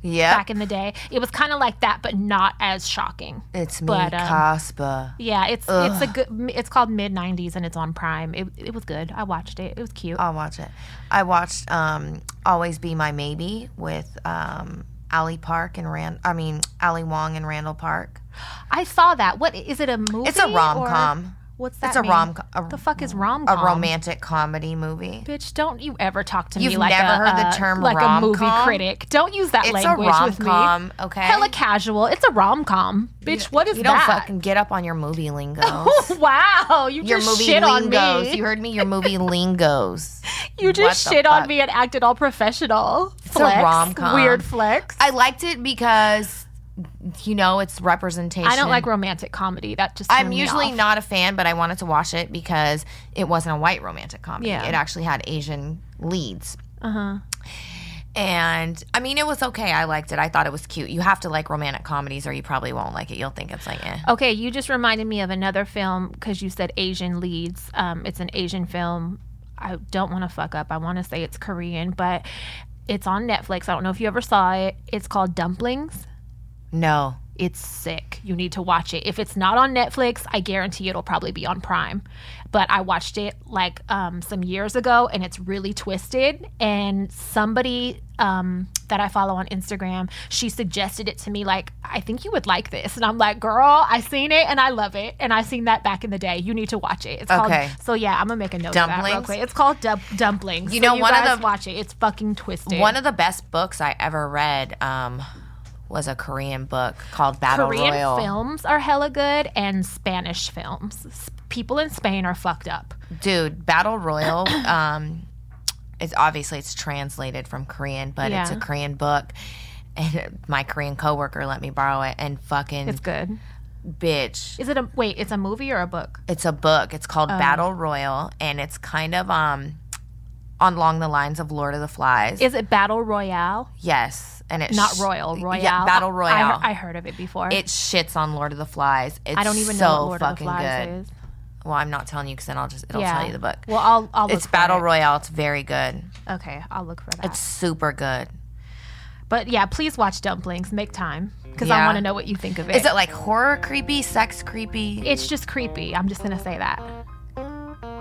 Yeah.
back in the day? It was kind of like that, but not as shocking.
It's me,
But, um,
Casper.
Yeah, it's it's a good. It's called Mid '90s and it's on Prime. It, it was good. I watched it. It was cute.
I'll watch it. I watched um, "Always Be My Maybe" with um, Ali Park and Rand. I mean, Ali Wong and Randall Park.
I saw that. What is it? A movie?
It's a
or-
rom com.
What's that?
It's a
mean?
rom com.
The fuck is rom
A
com?
romantic comedy movie.
Bitch, don't you ever talk to me
You've
like
never
a,
heard the
uh,
term
like a movie
rom-com?
critic. Don't use that
It's a
language
rom
with me.
com. Okay.
Hella casual. It's a rom com. Bitch, what is
you don't
that?
fucking get up on your movie lingo.
wow, you
Your
just
movie
shit on
lingos.
me.
You heard me. Your movie lingos.
You just
What the
shit on
fuck?
me and acted all professional.
a
flex,
rom-com.
Weird flex.
I liked it because, you know, it's representation.
I don't like romantic comedy. That just
I'm
turned me
usually
off.
not a fan, but I wanted to watch it because it wasn't a white romantic comedy.
Yeah.
It actually had Asian leads. Uh
Uh-huh.
huh. And I mean, it was okay. I liked it. I thought it was cute. You have to like romantic comedies, or you probably won't like it. You'll think it's like, eh.
Okay, you just reminded me of another film because you said Asian leads. Um, it's an Asian film. I don't want to fuck up. I want to say it's Korean, but it's on Netflix. I don't know if you ever saw it. It's called Dumplings.
No.
It's sick. You need to watch it. If it's not on Netflix, I guarantee it'll probably be on Prime. But I watched it like um, some years ago and it's really twisted. And somebody um, that I follow on Instagram, she suggested it to me, like, I think you would like this. And I'm like, girl, I seen it and I love it. And I seen that back in the day. You need to watch it. It's
Okay.
called, so yeah, I'm going to make a note of that real
Dumplings?
quick. It's called Dump Dumplings.
You
So
know, one of
guys
the-
watch it. It's fucking twisted.
One of the best books I ever read um, was a Korean book called Battle
Korean
Oh, Royal.
films are hella good and Spanish films. S- People in Spain are fucked up.
Dude, Battle Royal. um, it's obviously it's translated from Korean, but it's
Yeah.
a Korean book. And my Korean coworker let me borrow it, and fucking
It's good.
bitch,
Is it a wait, it's a movie or a book?
it's a book. It's
Oh.
called Battle Royal, and it's kind of um, on along the lines of Lord of the Flies.
Is it Battle Royale?
yes, and it's
Not
sh-
Royal. Royale.
Yeah, Battle
I-
Royale.
I, I heard of it before.
it shits on Lord of the Flies. It's
I don't even
so
know what Lord of the
fucking
Flies
good.
is.
Well, I'm not telling you because then I'll just it'll tell you the book.
Well, I'll, I'll look
it's
for
Battle
it.
Royale. It's very good.
Okay, I'll look for that.
It's super good.
but yeah, please watch Dumplings. Make time because I
Yeah.
want to know what you think of it.
Is it like horror creepy, sex creepy?
It's just creepy. I'm just gonna say that.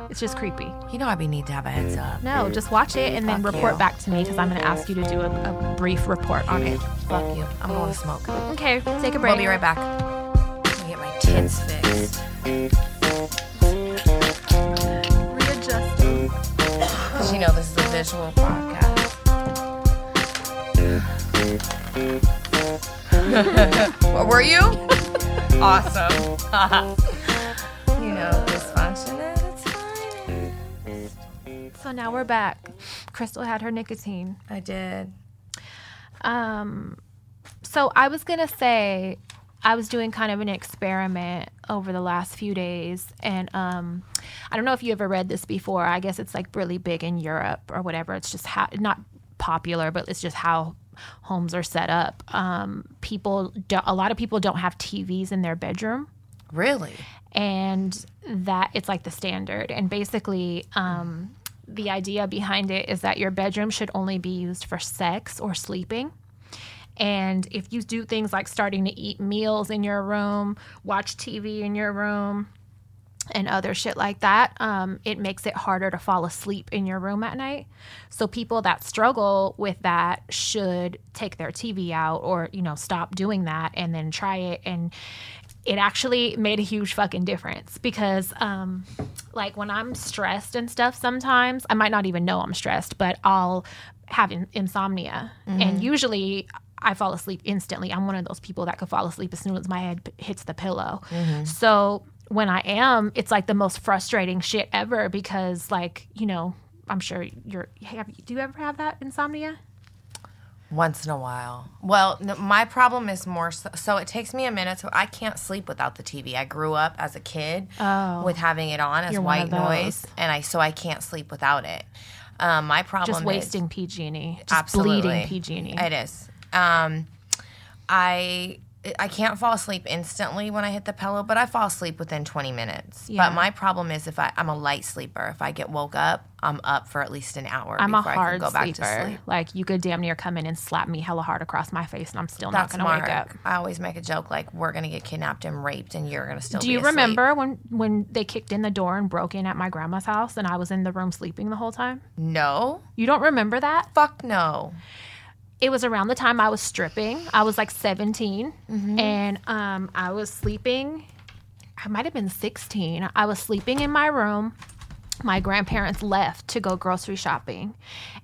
It's just creepy.
You know, I be need to have a heads up.
No, just watch it and then
Fuck
report
you.
back to me because I'm going to ask you to do a, a brief report on it.
Fuck you. I'm going to smoke.
Okay, take a break.
We'll be right back. I'm gonna get my tits fixed.
Readjust.
Cause you know this is a visual podcast. what were you? awesome. you know, dysfunction at its finest.
So now we're back. Crystal had her nicotine.
I did.
Um, so I was gonna say I was doing kind of an experiment over the last few days, and um, I don't know if you ever read this before. I guess it's like really big in Europe or whatever. It's just how not popular, but it's just how homes are set up. Um, people, do, a lot of people don't have TVs in their bedroom
Really?
and that it's like the standard. And basically, um, the idea behind it is that your bedroom should only be used for sex or sleeping. And if you do things like starting to eat meals in your room, watch TV in your room, and other shit like that, um, it makes it harder to fall asleep in your room at night. So people that struggle with that should take their TV out or, you know, stop doing that and then try it. And it actually made a huge fucking difference because, um, like, when I'm stressed and stuff, sometimes I might not even know I'm stressed, but I'll have in- insomnia.
Mm-hmm.
And usually, I fall asleep instantly. I'm one of those people that could fall asleep as soon as my head p- hits the pillow.
Mm-hmm.
So when I am, it's like the most frustrating shit ever because, like, you know, I'm sure you're. Have, do you ever have that insomnia?
Once in a while. Well, n- my problem is more so, so it takes me a minute to. I can't sleep without the TV. I grew up as a kid with having it on as
Oh. You're one
white
of
noise, and I so I can't sleep without it. Um, my problem
Just
is
wasting PG&E, E. just
absolutely
bleeding PG&E.
It is. Um, I I can't fall asleep instantly when I hit the pillow, but I fall asleep within 20 minutes.
Yeah.
But my problem is if I I'm a light sleeper. If I get woke up, I'm up for at least an hour.
I'm a
before
hard
I can go back
sleeper.
to sleep.
Like you could damn near come in and slap me hella hard across my face, and I'm still
That's
not gonna
Mark.
wake up.
I always make a joke like we're gonna get kidnapped and raped, and you're gonna still.
Do
be
you
asleep.
remember when when they kicked in the door and broke in at my grandma's house, and I was in the room sleeping the whole time?
No,
You don't remember that?
fuck no.
it was around the time I was stripping. I was like 17
Mm-hmm.
and um, I was sleeping. I might have been 16. I was sleeping in my room. My grandparents left to go grocery shopping,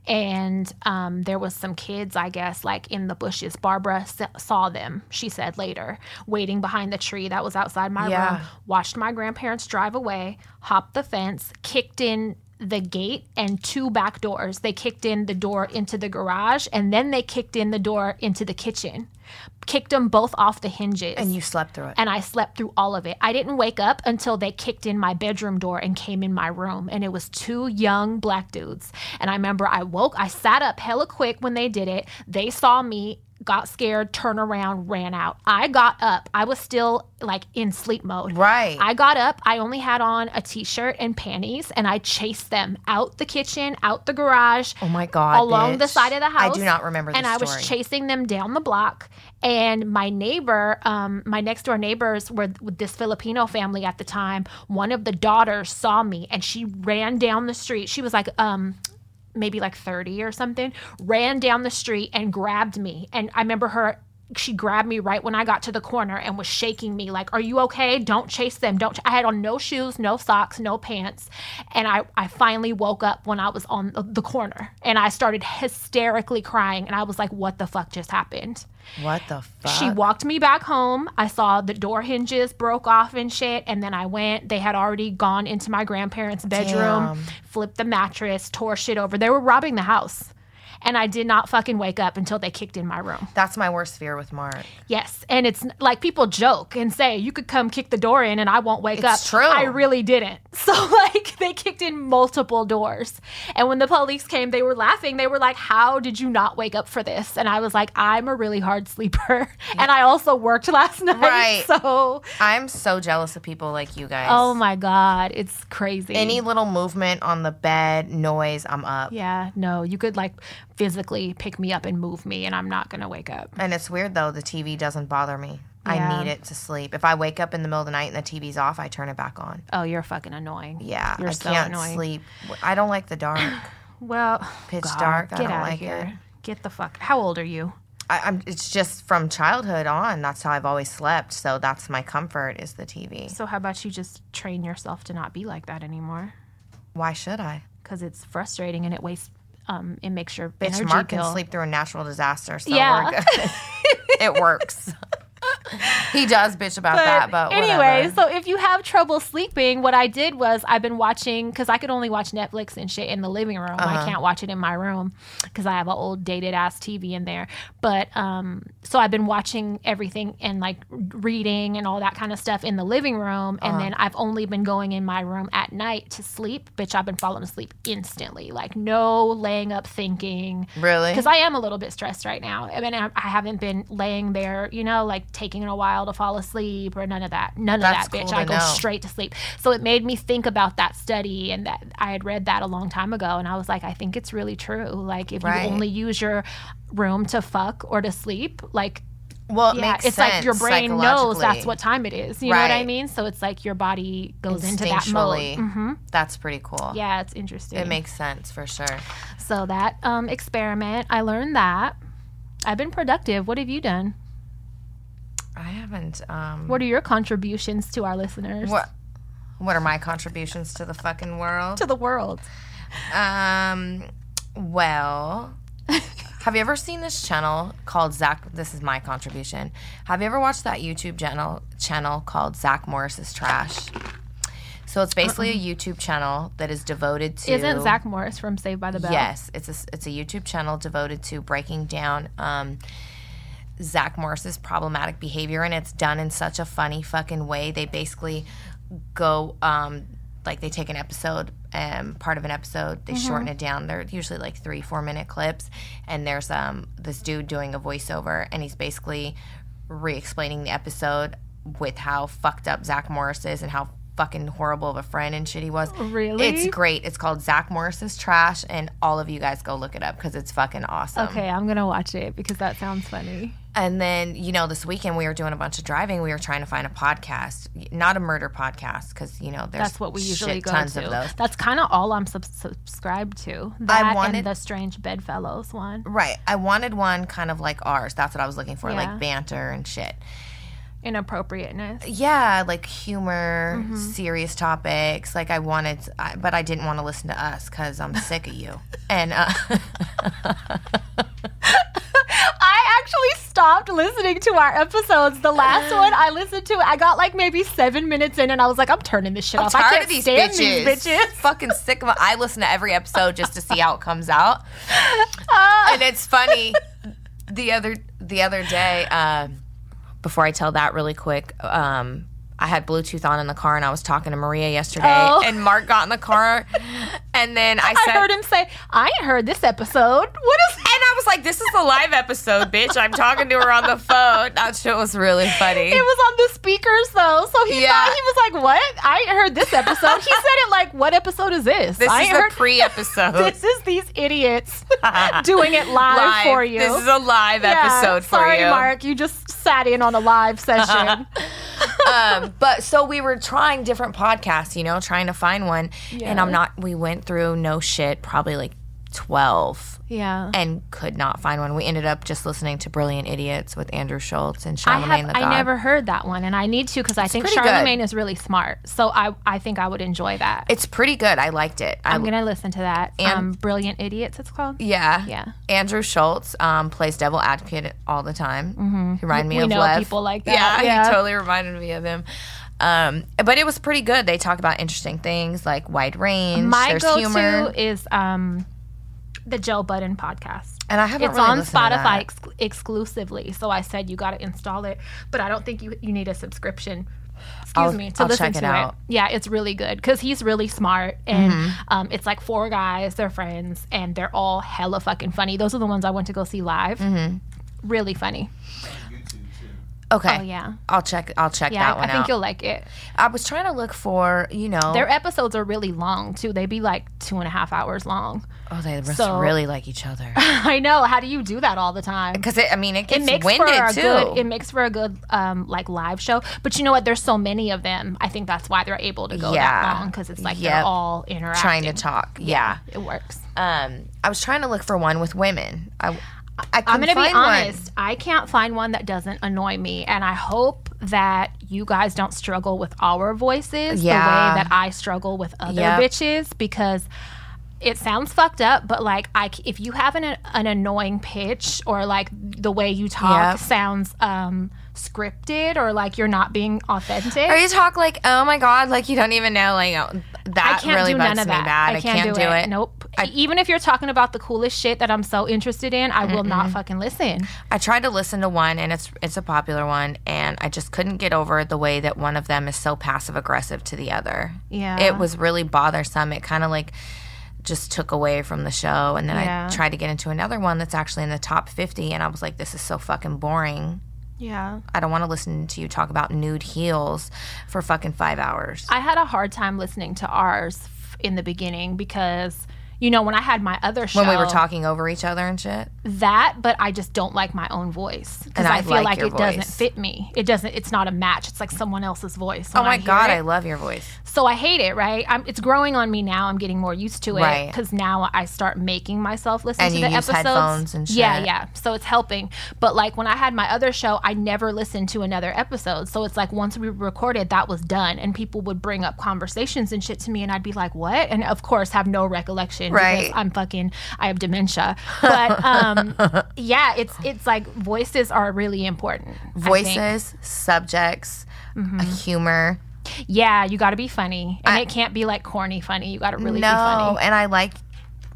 and um, there was some kids, I guess, like in the bushes. Barbara s- saw them. She said later, waiting behind the tree that was outside my
Yeah.
room. Watched my grandparents drive away, hopped the fence, kicked in the gate and two back doors. They kicked in the door into the garage and then they kicked in the door into the kitchen. Kicked them both off the hinges.
And you slept through it.
And I slept through all of it. I didn't wake up until they kicked in my bedroom door and came in my room. And it was two young black dudes. And I remember I woke, I sat up hella quick when they did it. They saw me got scared, turned around, ran out. I got up. I was still like in sleep mode.
Right.
I got up. I only had on a t shirt and panties, and I chased them out the kitchen, out the garage.
Oh my God,
Along the
bitch.
side of the
I
house.
do not remember
And
this
I
story.
was chasing them down the block. And my neighbor, um, my next door neighbors were with this Filipino family at the time. One of the daughters saw me and she ran down the street. She was like, um, maybe like 30 or something, ran down the street and grabbed me. And I remember her, she grabbed me right when I got to the corner and was shaking me, like, Are you okay? Don't chase them. Don't. Ch-. I had on no shoes, no socks, no pants. And I, I finally woke up when I was on the, the corner and I started hysterically crying. And I was like, What the fuck just happened?
What the fuck?
She walked me back home. I saw the door hinges broke off and shit. And then I went. They had already gone into my grandparents' bedroom, flipped the mattress, tore shit over. They were robbing the house. And I did not fucking wake up until they kicked in my room.
That's my worst fear with Mark.
Yes. And it's n- like people joke and say, you could come kick the door in and I won't wake up.
It's true.
I really didn't. So, like, they kicked in multiple doors. And when the police came, they were laughing. They were like, how did you not wake up for this? And I was like, I'm a really hard sleeper. And I also worked last night.
Right.
So,
I'm so jealous of people like you guys.
oh my God, it's crazy.
Any little movement on the bed, noise, I'm up.
yeah, no, you could like physically pick me up and move me, and I'm not gonna wake up.
And it's weird though, the TV doesn't bother me.
Yeah.
I need it to sleep. If I wake up in the middle of the night and the TV's off, I turn it back on.
Oh, you're fucking annoying.
Yeah,
You're
I
so
can't
annoying.
sleep. I don't like the dark.
Well,
Pitch dark, I
Get
don't
out
like
of here. Get the fuck. How old are you?
I, I'm. It's just from childhood on. That's how I've always slept. So that's my comfort is the TV.
So how about you just train yourself to not be like that anymore?
Why should I?
Because it's frustrating and it wastes. Um, it makes your
Bitch,
energy
Mark
bill.
can sleep through a natural disaster. So we're
Yeah.
good. it works. he does bitch about that, but
anyway,
whatever.
so if you have trouble sleeping, what I did was I've been watching because I could only watch Netflix and shit in the living room.
Uh-huh.
I can't watch it in my room because I have an old dated ass TV in there. But um, so I've been watching everything and like reading and all that kind of stuff in the living room,
Uh-huh.
and then I've only been going in my room at night to sleep. Bitch, I've been falling asleep instantly, like no laying up thinking.
really,
Because I am a little bit stressed right now. I mean, I I haven't been laying there, you know, like taking a while to fall asleep or none of that. None
That's
of that, bitch.
cool
I
to
go
know.
straight to sleep. So it made me think about that study and that I had read that a long time ago. And I was like, I think it's really true. Like, if
Right.
you only use your room to fuck or to sleep, like,
well, it
yeah,
makes
it's
sense.
like your brain knows that's
psychologically.
what time it is. You know what I
Right.
mean? So it's like your body goes into that mode.
Instinctually. That's pretty cool.
Yeah, it's interesting.
It makes sense for sure.
So that um, experiment, I learned that. I've been productive. What have you done?
I haven't. Um,
What are your contributions to our listeners?
what? What are my contributions to the fucking world?
To the world.
Um, well, have you ever seen this channel called Zach? This is my contribution. Have you ever watched that YouTube channel channel called Zach Morris's Trash? So it's basically a YouTube channel that is devoted to
Isn't Zach Morris from Saved by the Bell?
Yes, it's a it's a YouTube channel devoted to breaking down um, Zach Morris's problematic behavior, and it's done in such a funny fucking way. They basically go um, like they take an episode, um, part of an episode, they shorten it down. They're usually like three four minute clips, and there's um, this dude doing a voiceover, and he's basically re-explaining the episode with how fucked up Zach Morris is and how fucking horrible of a friend and shit he was.
Really?
It's great. It's called Zach Morris's Trash, and all of you guys go look it up because it's fucking awesome.
Okay, I'm going to watch it because that sounds funny.
And then, you know, this weekend we were doing a bunch of driving. We were trying to find a podcast, not a murder podcast, because, you know, there's
That's what we usually
shit
go
tons
to.
of those.
That's kind of all I'm sub- subscribed to. That
wanted-
and the Strange Bedfellows one.
Right. I wanted one kind of like ours. That's what I was looking for,
Yeah.
like banter and shit.
Inappropriateness.
Yeah, like humor,
Mm-hmm.
serious topics. Like I wanted, I, but I didn't want to listen to us because I'm sick of you. And uh,
I actually stopped listening to our episodes. The last one I listened to, I got like maybe seven minutes in and I was like, I'm turning this shit off. I
tired
can't
of these
stand
bitches.
these bitches.
Fucking sick of. I listen to every episode just to see how it comes out. and it's funny. The other the other day, um, before I tell that really quick, um, I had Bluetooth on in the car and I was talking to Maria yesterday,
Oh.
and Mark got in the car, and then I
I
said.
heard him say, I ain't heard this episode. What is
and I was like, this is the live episode, bitch. I'm talking to her on the phone. That shit was really funny.
It was on the speakers though, so he
Yeah.
thought he was like, "What? I ain't heard this episode." He said it like, "What episode is this?"
this
I
is
ain't
the
heard-
pre episode.
this is these idiots doing it live, for you.
This is a live
Yeah,
episode for
sorry,
you.
Mark. You just sat in on a live session.
um, but so we were trying different podcasts, you know, trying to find one. And
Yeah.
I'm not, we went through no shit, probably like 12
yeah.
and could not find one. We ended up just listening to Brilliant Idiots with Andrew Schultz and
I,
Charlemagne the
have,
God.
I never heard that one, and I need to because I think
pretty good.
Charlemagne is really smart. So I, I think I would enjoy that.
it's pretty good. I liked it. I,
I'm gonna listen to that.
And-
um, Brilliant Idiots, it's called.
yeah.
Yeah.
Andrew Schultz um, plays devil advocate all the time. Mm-hmm. He reminded me
We
of
know
Lev.
people like
Yeah,
that. Yeah.
he totally reminded me of him. Um, but it was pretty good. They talk about interesting things like wide range.
My
there's
go-to
humor,
is um, the Joe Budden podcast.
and I haven't.
It's
really
on
listened to that.
Spotify ex- exclusively, so I said you got to install it, but I don't think you you need a subscription. Excuse
I'll-
me to
I'll
listen
check it
to
out. Mm-hmm.
it. Yeah, it's really good because he's really smart, and um, it's like four guys, they're friends, and they're all hella fucking funny. Those are the ones I went to go see live.
Mm-hmm.
Really funny.
Okay.
Oh yeah,
I'll check. I'll check
yeah.
that
I, I
one
think
out. Oh.
you'll like it.
I was trying to look for, you know,
Their episodes are really long too. They be like two and a half hours long.
oh, they must
so-
really like each other
I know. How do you do that all the time?
because I mean, it
It
gets
makes
winded
for a
too.
good. It makes for a good um, like live show. But you know what? There's so many of them. I think that's why they're able to go
Yeah.
that long because it's like
Yep.
they're all interacting.
trying to talk. Yeah.
It works.
Um, I was trying to look for one with women. I, I
I'm
couldn't
gonna be
find one.
honest. I can't find one that doesn't annoy me, and I hope that you guys don't struggle with our voices
Yeah.
the way that I struggle with other
Yep.
bitches because it sounds fucked up. But like, I c- if you have an an annoying pitch or like the way you talk
Yep.
sounds um, scripted or like you're not being authentic.
Or you talk like, oh my god, like you don't even know, like oh,
I
that
can't
really
do
bugs
none of
me
that.
bad. I can't, do it.
Nope. Even if you're talking about the coolest shit that I'm so interested in, I will not fucking listen.
I tried to listen to one, and it's it's a popular one, and I just couldn't get over the way that one of them is so passive aggressive to the other.
Yeah.
it was really bothersome. It kind of like just took away from the show, and then
Yeah.
I tried to get into another one that's actually in the top fifty, and I was like, this is so fucking boring.
Yeah.
I don't want to listen to you talk about nude heels for fucking five hours.
I had a hard time listening to ours f- in the beginning because you know when I had my other show
when we were talking over each other and shit.
that, but I just don't like my own voice because
And
I,
I
feel
like
like
your
it doesn't
voice.
fit me. It doesn't. It's not a match. It's like someone else's voice.
Oh
when
my
I hear
god,
it.
I love your voice.
so I hate it. Right? I'm, it's growing on me now. I'm getting more used to it
Right.
because now I start making myself listen
And
to
you
the
use
episodes.
headphones and
Yeah,
shit.
yeah. So it's helping. But like when I had my other show, I never listened to another episode. So it's like once we recorded, that was done, and people would bring up conversations and shit to me, and I'd be like, "What?" And of course, have no recollection
Right.
because I'm fucking. I have dementia. But um, yeah, it's it's like voices are really important. I think. Mm-hmm.
Voices, subjects, uh, humor.
Yeah, you got to be funny, and it can't be like corny funny. You got to really be funny.
no, and I like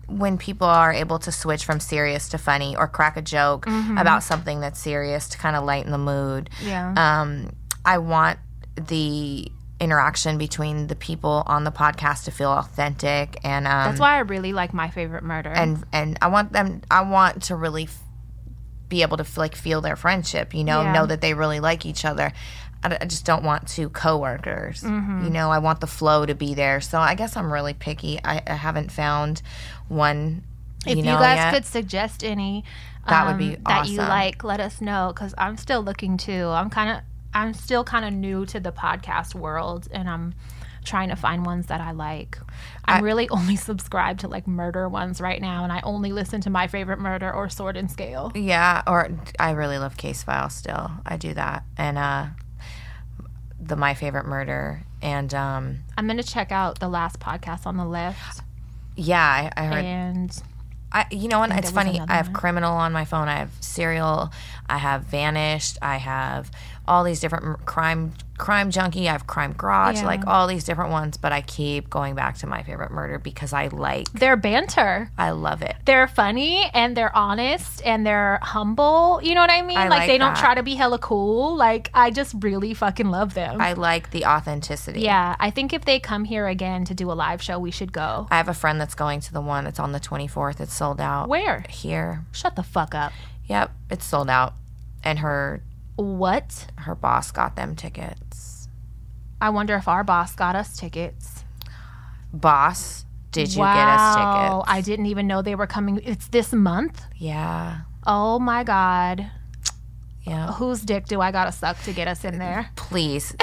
when people are able to switch from serious to funny or crack a joke about something that's serious to kind of lighten the mood.
Mm-hmm. Yeah.
Um, I want the interaction between the people on the podcast to feel authentic and um,
That's why I really like My Favorite Murder.
and and I want them. I want to really f- be able to f- like feel their friendship. You know,
Yeah.
know that they really like each other. I, d- I just don't want two coworkers.
Mm-hmm.
You know, I want the flow to be there. So I guess I'm really picky. I, I haven't found one.
if
you,
you,
know,
guys
yet.
could suggest any
That would be
um, that you
awesome.
like, let us know because I'm still looking too. I'm kind of I'm still kind of new to the podcast world, and I'm trying to find ones that I like. I'm really only subscribed to like murder ones right now, and I only listen to My Favorite Murder or Sword and Scale.
Yeah, or I really love Case File still. I do that, and uh, the My Favorite Murder, and um,
I'm gonna check out the last podcast on the left,
yeah, I, I heard
and
I, you know, and it's
there was
funny.
another
I have criminal on my phone. I have serial. I have vanished. I have all these different m- crime Crime Junkie, I have Crime Garage,
Yeah.
like all these different ones, but I keep going back to my favorite murder because I like
Their banter.
I love it.
They're funny and they're honest and they're humble. You know what I mean?
I
like,
like
they don't
that.
try to be hella cool. Like I just really fucking love them.
I like the authenticity.
yeah, I think if they come here again to do a live show, we should go.
I have a friend that's going to the one that's on the 24th. It's sold out.
Where?
Here.
Shut the fuck up.
Yep, it's sold out. And her
What?
her boss got them tickets.
I wonder if our boss got us tickets.
Boss, did you
Wow,
get us
I didn't even know they were coming. It's this month.
tickets? Yeah.
Oh my God.
Yeah.
Whose dick do I gotta suck to get us in there?
Please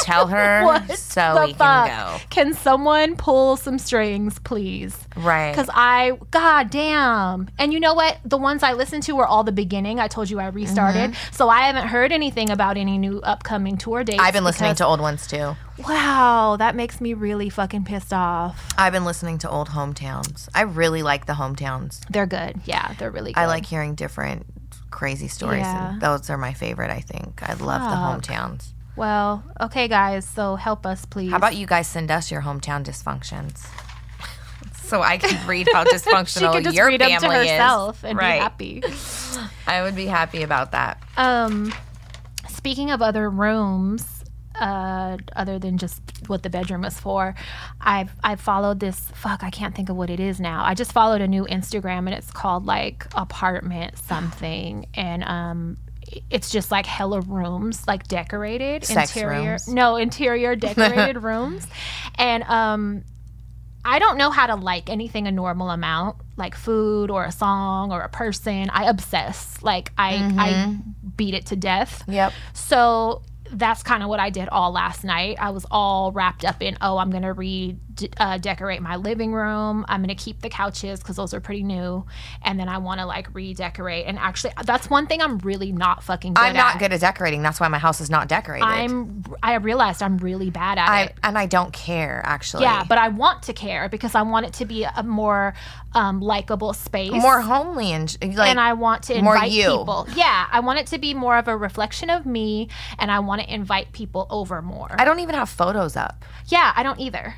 tell her
What
so Oh,
the
we can
fuck? Can someone pull some strings, please?
go. Right.
Because I, god damn. And you know what? The ones I listened to were all the beginning. I told you I restarted. So I haven't heard anything about any new upcoming tour dates.
Mm-hmm. I've been listening to old ones too.
to. Wow, that makes me really fucking pissed off.
I've been listening to old hometowns. I really like the hometowns.
They're good. Yeah, they're really good.
I like hearing different crazy stories, and those are my favorite. I think I love the hometowns.
Well, okay, guys. So help us, please.
How about you guys send us your hometown dysfunctions? So I can read how
she
dysfunctional
could just
your
read
family
them to herself
is.
and
Right.
be happy.
I would be happy about that.
Um, speaking of other rooms, uh, other than just what the bedroom is for, I've I followed this. Fuck, I can't think of what it is now. I just followed a new Instagram and it's called like apartment something, and um, it's just like hella rooms, like decorated
Sex
interior.
rooms.
No, interior decorated rooms, and um, I don't know how to like anything a normal amount, like food or a song or a person. I obsess. Like I I
Mm-hmm.
beat it to death.
Yep.
So that's kind of what I did all last night. I was all wrapped up in, oh, I'm going to re uh, decorate my living room. I'm going to keep the couches because those are pretty new. And then I want to like redecorate. And actually, that's one thing I'm really not fucking good
I'm not
at.
good at decorating. That's why my house is not decorated.
I'm, I realized I'm really bad at
I-
it.
and I don't care actually.
Yeah, but I want to care because I want it to be a more um, likable space.
more homely and like
and I want to
more
invite
you.
people. Yeah, I want it to be more of a reflection of me, and I want to invite people over more.
I don't even have photos up.
yeah, I don't either.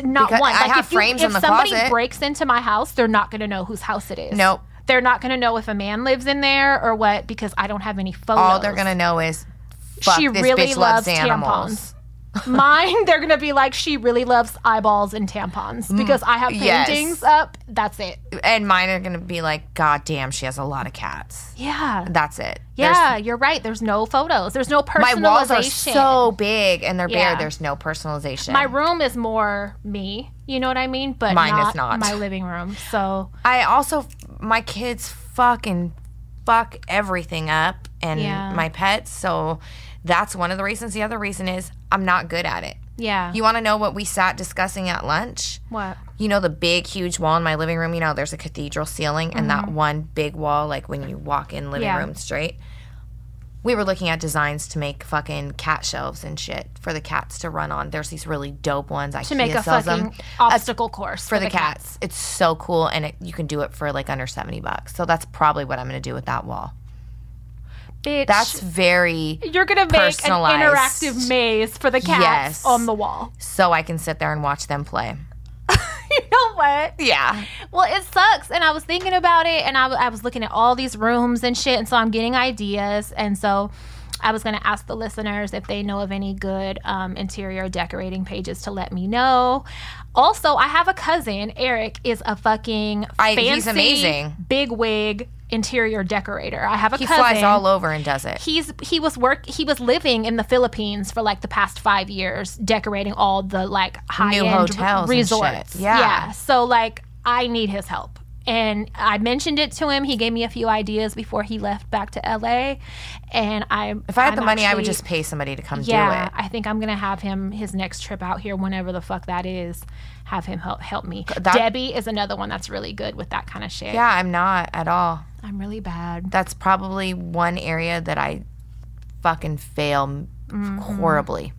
Not
Because
one.
I
Like
have
if you,
frames
if
in the
somebody
closet.
breaks into my house, they're not going to know whose house it is.
Nope.
They're not going to know if a man lives in there or what because I don't have any photos.
All they're gonna know is fuck,
She
this
really
bitch loves,
loves
animals.
Mine, they're going to be like, she really loves eyeballs and tampons because I have
Mm, yes. Uh,
paintings up. That's it.
And mine are gonna be like, God damn, she has a lot of cats.
Yeah.
That's it. There's
Yeah, you're right. There's no photos. There's no personalization.
my walls are so big and they're
Yeah.
bare. There's no personalization.
My room is more me. You know what I mean? But
Mine
not
is not.
my living room. So
I also, my kids fucking fuck everything up and
Yeah.
my pets. So that's one of the reasons. The other reason is I'm not good at it.
yeah.
You want to know what we sat discussing at lunch?
what?
You know, the big, huge wall in my living room, you know, there's a cathedral ceiling and that one big wall, like when you walk in living
Mm-hmm. Yeah.
room straight. We were looking at designs to make fucking cat shelves and shit for the cats to run on. There's these really dope ones. I
To make a
sells
fucking
them
obstacle course
um, for the, cats. It's so cool, and it, you can do it for like under seventy bucks. So that's probably what I'm going to do with that wall.
Bitch,
That's very
you're gonna make an
personalized.
interactive maze for the cats
Yes.
on the wall.
so I can sit there and watch them play.
you know what?
Yeah,
Well, it sucks. And I was thinking about it, and I, w- I was looking at all these rooms and shit. And so I'm getting ideas. And so I was going to ask the listeners if they know of any good um, interior decorating pages to let me know. Also, I have a cousin. Eric is a fucking
I-
fancy,
he's amazing.
big wig interior decorator. I have a
he
cousin
flies all over and does it.
he's he was work he was living in the Philippines for like the past five years, decorating all the like high end
hotels and
resorts.
shit. Yeah.
so like I need his help. And I mentioned it to him. He gave me a few ideas before he left back to LA. And I,
If I had the money, I would just pay somebody to come
yeah,
do
I think I'm gonna have him his next trip out here, whenever the fuck that is. Have him help help me.
that-
Debbie is another one that's really good with that kind of shit.
it. Yeah, I'm not at all.
I'm really bad.
That's probably one area that I fucking fail m
Mm-hmm.
horribly.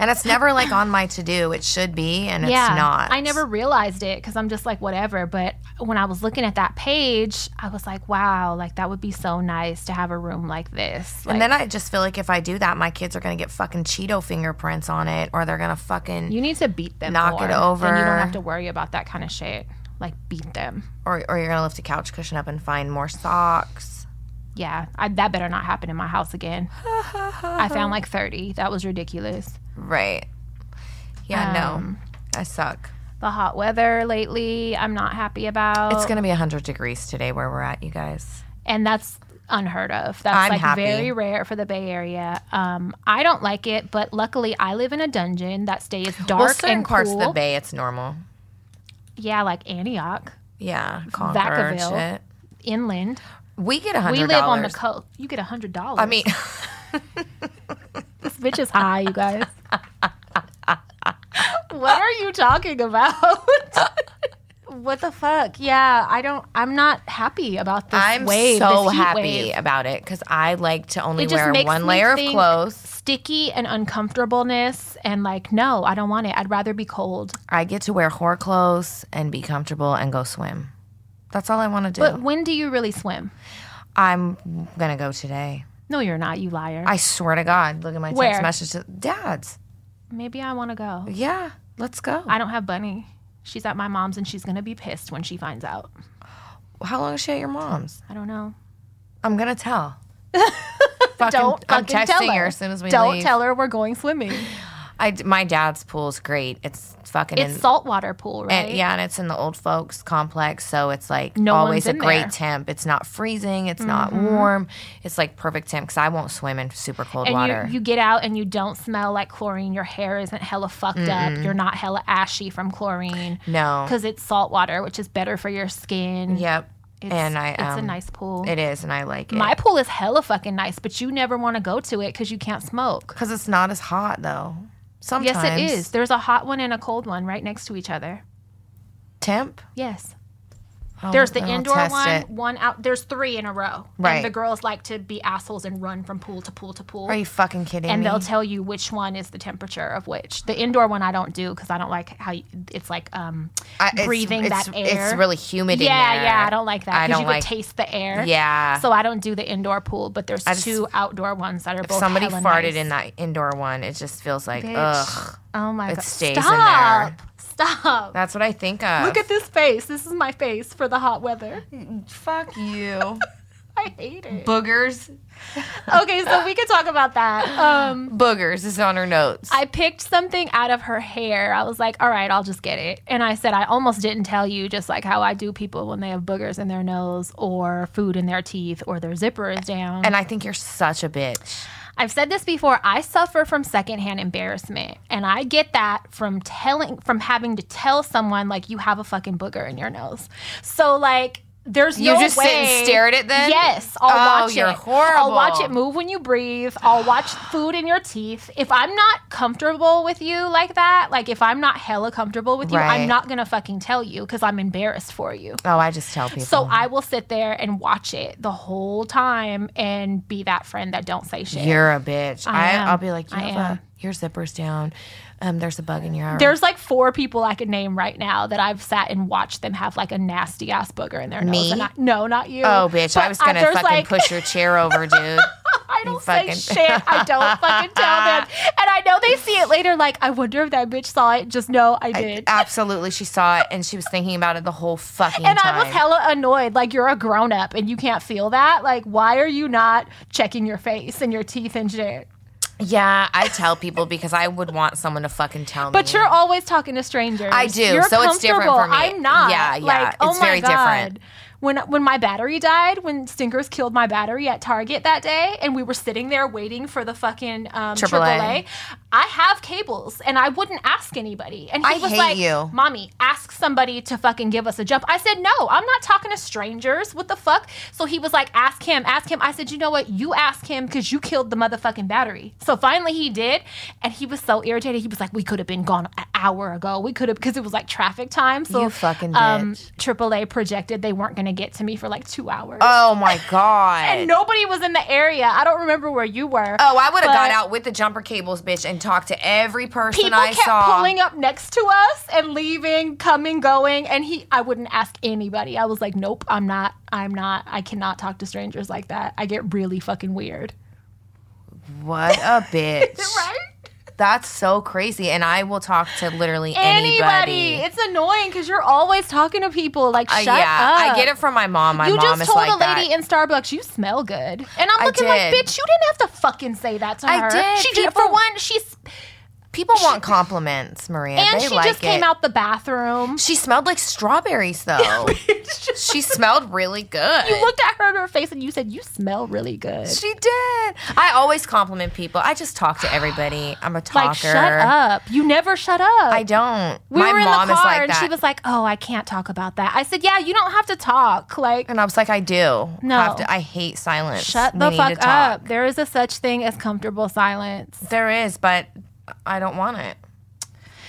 And it's never like on my to do. It should be, and it's not.
I never realized it because I'm just like whatever. But when I was looking at that page, I was like, wow, like that would be so nice to have a room like this. Like,
and then I just feel like if I do that, my kids are gonna get fucking Cheeto fingerprints on it, or they're gonna fucking
you need to beat them.
Knock
more,
it over.
And you don't have to worry about that kind of shit. Like beat them.
or, or you're gonna lift a couch cushion up and find more socks.
Yeah, I, that better not happen in my house again. I found like 30. That was ridiculous.
Right. Yeah.
Um,
no, I suck.
The hot weather lately, I'm not happy about.
It's gonna be hundred degrees today where we're at, you guys.
and that's unheard of. That's
I'm
like
happy.
very rare for the Bay Area. Um, I don't like it, but luckily I live in a dungeon that stays dark
well, certain
and
parts of the
cool.
bay, it's normal.
Yeah, like Antioch,
Yeah, Concord and
Vacaville.
shit.
inland.
We get a hundred.
We live on the coast. You get a hundred dollars.
I mean,
this bitch is high, you guys. what are you talking about? what the fuck? Yeah, I don't. I'm not happy about this.
I'm
wave,
so
this heat
happy
wave.
about it because I like to only
It just
wear
makes
one
me
layer of
think
clothes.
Sticky and uncomfortableness, and like, no, I don't want it. I'd rather be cold.
I get to wear whore clothes and be comfortable and go swim. That's all I want to do.
But when do you really swim?
I'm gonna go today.
No, you're not, you liar.
I swear to God. Look at my
Where?
text message. to- Dad's.
Maybe I want to go.
Yeah, let's go.
I don't have Bunny. She's at my mom's and she's going to be pissed when she finds out.
How long is she at your mom's?
I don't know.
I'm gonna tell. fucking,
Don't
I'm
fucking
texting
tell her.
her. as soon as we
Don't
leave.
tell her we're going swimming.
I d my dad's pool's great. It's fucking
It's
in,
saltwater pool, right?
and, yeah, and it's in the old folks complex, so it's like
No
always
one's
a
in
great
there. Mm-hmm.
temp. It's not freezing. It's not warm. It's like perfect temp because I won't swim in super cold water.
And you, you get out and you don't smell like chlorine. Your hair isn't hella fucked up. You're not hella ashy from chlorine.
No.
Because it's salt water, which is better for your skin.
yep.
It's,
and I
it's
um,
a nice pool.
It is, and I like
My
it
pool is hella fucking nice, but you never want to go to it because you can't smoke.
because it's not as hot though. Sometimes
Yes, it is. There's a hot one and a cold one right next to each other.
temp.
Yes.
Oh,
There's the
I'll
indoor
test
one,
it.
one out. There's three in a row.
Right.
And the girls like to be assholes and run from pool to pool to pool.
Are you fucking kidding
and
me?
they'll tell you which one is the temperature of which. The indoor one I don't do because I don't like how you, it's like um
I- it's-
breathing
it's,
that air.
It's really humid
yeah
in there.
yeah I don't like
I
that because
don't
you
like-
could taste the air.
Yeah.
So I don't do the indoor pool, but there's
just-
two outdoor ones that are both.
Somebody
hella
farted
nice.
in that indoor one. It just feels like
Bitch.
ugh.
Oh my
It
god!
stays in
Stop!
there.
Stop!
That's what I think of.
Look at this face. This is my face for the hot weather.
fuck you,
I hate it.
boogers.
Okay, so we could talk about that. Um,
Boogers is on her notes.
I picked something out of her hair. I was like, all right, I'll just get it. And I said, I almost didn't tell you, just like how I do people when they have boogers in their nose or food in their teeth or their zipper is down.
and I think you're such a bitch.
I've said this before. I suffer from secondhand embarrassment, and I get that from telling, from having to tell someone like you have a fucking booger in your nose. So like, there's
You
no
just sit and
way-
stare at it then?
Yes, I'll
Oh,
watch
you're
it. I'll
horrible.
watch it move when you breathe. I'll watch food in your teeth. If I'm not comfortable with you like that, like if I'm not hella comfortable with you,
Right.
I'm not gonna fucking tell you because I'm embarrassed for you.
Oh, I just tell people.
So I will sit there and watch it the whole time and be that friend that don't say shit.
you're a bitch. I,
am.
I'll be like, you
I
have
am.
a, your zipper's down. Um, there's a bug in your arm.
There's like four people I could name right now that I've sat and watched them have like a nasty ass booger in their
Me?
nose. And I, no, not you.
oh, bitch!
But
I was gonna
there's,
fucking
like-
push your chair over, dude.
I don't
fucking-
say shit. I don't fucking tell them. And I know they see it later. Like, I wonder if that bitch saw it. Just no, I did.
Absolutely, she saw it and she was thinking about it the whole fucking
and
time.
I was hella annoyed. Like, you're a grown up and you can't feel that. Like, why are you not checking your face and your teeth and shit?
yeah, I tell people because I would want someone to fucking tell me.
But you're always talking to strangers.
I do,
You're
so it's different for
comfortable.
me.
I'm not.
Yeah, yeah,
Like, oh
it's
my
very
God.
different.
When when my battery died, when Stinkers killed my battery at Target that day, and we were sitting there waiting for the fucking um,
AAA.
AAA. I have cables, and I wouldn't ask anybody. And he
I
was
hate
like,
you.
"Mommy, ask somebody to fucking give us a jump." I said, "No, I'm not talking to strangers. What the fuck?" So he was like, "Ask him, ask him." I said, "You know what? You ask him because you killed the motherfucking battery." So finally, he did, and he was so irritated. He was like, "We could have been gone an hour ago. We could have because it was like traffic time." So
You fucking bitch.
AAA projected they weren't going to to get to me for like two hours.
Oh my god.
and nobody was in the area. I don't remember where you were.
Oh, I would have got
but-
out with the jumper cables, bitch, and talked to every person
People
I
kept
saw.
pulling up next to us and leaving, coming, going, and he. I wouldn't ask anybody. I was like, nope, I'm not. I'm not. I cannot talk to strangers like that. I get really fucking weird.
what a bitch.
Right.
That's so crazy. And I will talk to literally
anybody.
anybody.
It's annoying because you're always talking to people. Like,
Uh,
shut
yeah,
up.
I get it from my mom. My
you
mom
just
is
told
like
a lady
that.
in Starbucks you smell good, and
I
I'm looking like,
did.
bitch, you didn't have to fucking say that to
I
her.
did.
She did.
People-
For one, she's
People want compliments, Maria.
and
they
she
like
just
it.
came out the bathroom.
She smelled like strawberries, though.
It's just-
she smelled really good.
you looked at her in her face and you said, "You smell really good."
She did. I always compliment people. I just talk to everybody. I'm a talker.
like, shut up. You never shut up.
I don't.
we
my
were in the
mom
car
is like
and
that.
she was like, "Oh, I can't talk about that." I said, "Yeah, you don't have to talk." Like,
and I was like, I do.
No.
Have to- I hate silence.
shut
We
the
need to
fuck
talk.
up. There is a such thing as comfortable silence.
There is, but I don't want it.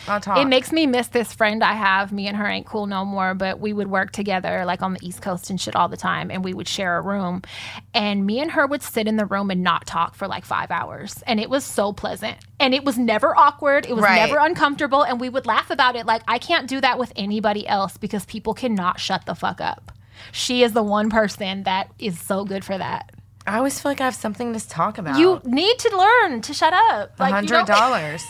I'll talk.
It makes me miss this friend I have. Me and her ain't cool no more, but we would work together like on the East Coast and shit all the time. And we would share a room. And me and her would sit in the room and not talk for like five hours. And it was so pleasant. And it was never awkward. It was
Right.
never uncomfortable. And we would laugh about it. Like, I can't do that with anybody else because people cannot shut the fuck up. She is the one person that is so good for that.
I always feel like I have something to talk about.
You need to learn to shut up.
A
you don't-
hundred dollars,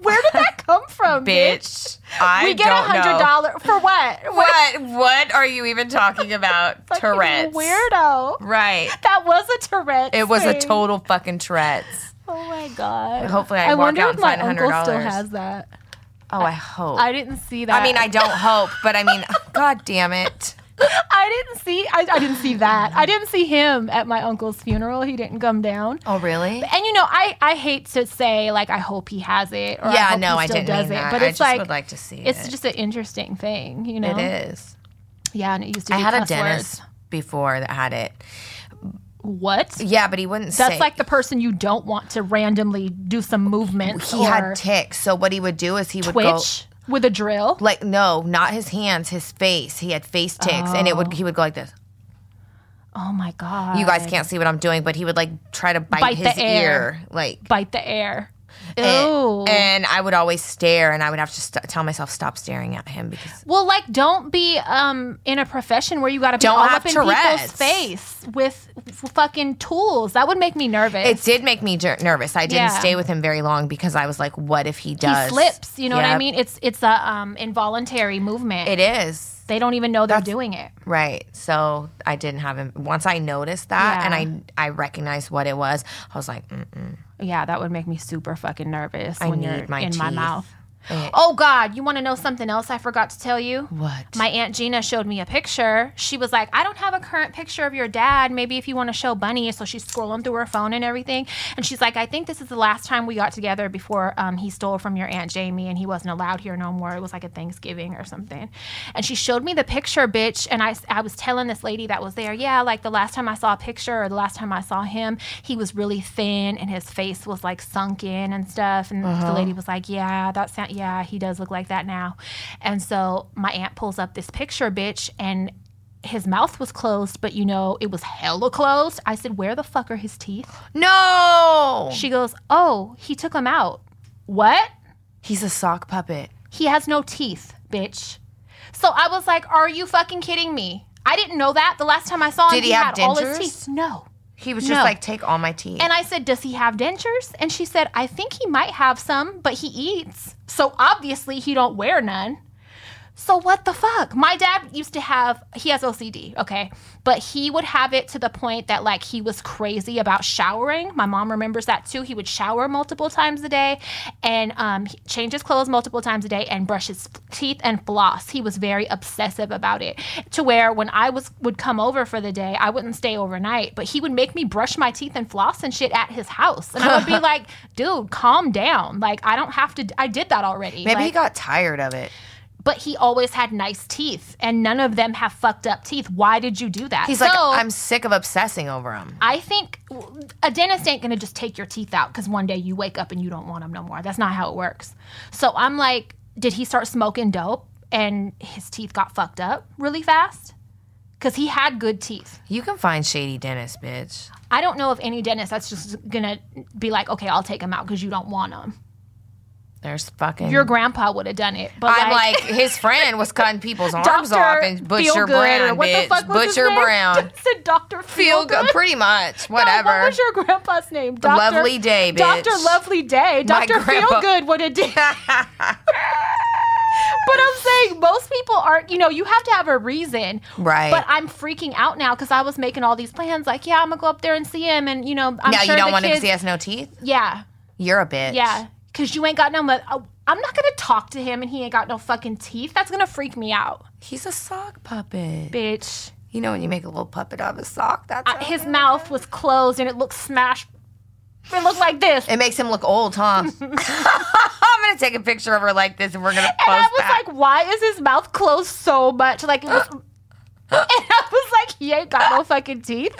Where did that come from,
bitch. I
we get a
don't
hundred
know.
dollar for what?
What? What are you even talking about?
Fucking
Tourette's.
weirdo.
Right.
That was a Tourette.
It was a total fucking Tourette's.
Oh my god.
Hopefully I walk
wonder
out
if
and
my
find
uncle still
$100.
has that.
Oh, I hope.
I didn't see that.
I mean, I don't hope, but I mean, god damn it.
I didn't see. I, I didn't see that. I didn't see him at my uncle's funeral. He didn't come down.
Oh, really?
And you know, I, I hate to say like I hope he has it. Or I
Yeah,
hope
no,
he
I
still
didn't
does
mean
it.
that.
But
I
it's
just
like
would like to see
it's
it.
just an interesting thing, you know.
it is.
Yeah, and it used to.
I
be
had a
cuss
dentist before that had it.
words. What?
Yeah, but he wouldn't
That's
say.
like the person you don't want to randomly do some movements.
he
or
had ticks. So what he would do is he would go
twitch with a drill.
like no, not his hands, his face. He had face ticks, and it would he would go like this.
Oh my god!
You guys can't see what I'm doing, but he would like try to bite,
Bite the
his
air.
ear, like.
bite the air.
And,
Ew.
and I would always stare, and I would have to st- tell myself stop staring at him because
well, like, don't be um in a profession where you got to be
Don't
all
have
up in
Tourette's.
people's face with f- fucking tools. That would make me nervous.
it did make me jer- nervous. I didn't
Yeah.
stay with him very long because I was like, what if he
he
does?
slips. You know what I
Yep.
mean? It's it's a um involuntary movement.
It is.
they don't even know they're doing it.
Right. So I didn't have him. Once I noticed that
Yeah.
and I I recognized what it was, I was like, "Mm, Mm-mm.
Yeah, that would make me super fucking nervous when you're
need my
in my
teeth.
mouth.
Eh.
Oh God, you want to know something else I forgot to tell you?
what?
My aunt Gina showed me a picture. She was like, "I don't have a current picture of your dad. Maybe if you want to show Bunny." So she's scrolling through her phone and everything, and she's like, "I think this is the last time we got together before um, he stole from your aunt Jamie, and he wasn't allowed here no more. It was like a Thanksgiving or something." And she showed me the picture, bitch. And I, I was telling this lady that was there, yeah, like the last time I saw a picture or the last time I saw him, he was really thin and his face was like sunk in and stuff. And
Uh-huh.
the lady was like, yeah, that sound, yeah, he does look like that now. And so my aunt pulls up this picture, bitch, and his mouth was closed, but you know, it was hella closed. I said, where the fuck are his teeth?
no.
She goes, oh, he took them out. What?
He's a sock puppet.
He has no teeth, bitch. So I was like, "Are you fucking kidding me?" I didn't know that. The last time I saw him,
Did he have
had all his
dentures?
teeth. No.
He was just
No.
like, take all my teeth.
And I said, "Does he have dentures?" And she said, "I think he might have some, but he eats. So obviously he don't wear none." So what the fuck? My dad used to have he has OCD, okay? But he would have it to the point that like he was crazy about showering. My mom remembers that too. He would shower multiple times a day and um he- change his clothes multiple times a day and brush his teeth and floss. He was very obsessive about it. To where when I was would come over for the day, I wouldn't stay overnight, but he would make me brush my teeth and floss and shit at his house. And I would be like, "Dude, calm down. Like I don't have to I did that already."
Maybe
Like-
he got tired of it.
but he always had nice teeth and none of them have fucked up teeth. Why did you do that?
He's
so,
like, I'm sick of obsessing over him.
I think a dentist ain't gonna just take your teeth out because one day you wake up and you don't want them no more. That's not how it works. So I'm like, did he start smoking dope and his teeth got fucked up really fast? because he had good teeth.
You can find shady dentists, bitch.
I don't know if any dentist that's just gonna be like, okay, I'll take him out because you don't want him.
There's fucking.
Your grandpa would have done it, but
I'm
like,
like, his friend was cutting people's arms
Dr.
off and Butcher
Feelgood,
Brown,
or what
bitch.
the fuck was his
Butcher
name?
Brown.
Said Doctor
Feel good,
Feelgood.
pretty much.
God,
Whatever.
What was your grandpa's name? Doctor,
Lovely Day, bitch.
Doctor Lovely Day.
My
Doctor
grandpa-
Feelgood would have did. But I'm saying most people aren't. You know, you have to have a reason,
Right.
But I'm freaking out now because I was making all these plans. Like, yeah, I'm gonna go up there and see him, and you know, I'm
now
sure
you don't
the
want him
kids.
because he has no teeth.
Yeah,
You're a bitch.
yeah, because you ain't got no. Mo- oh, I'm not gonna talk to him, and he ain't got no fucking teeth. That's gonna freak me out,
He's a sock puppet.
bitch.
You know when you make a little puppet out of a sock, that's
I-
how
Uh, his
it-
mouth was closed, and it looked smashed. It looked like this.
It makes him look old, huh? I'm gonna take a picture of her like this, and we're gonna post
And I was
that.
like, why is his mouth closed so much? Like it was And I was like, he ain't got no fucking teeth.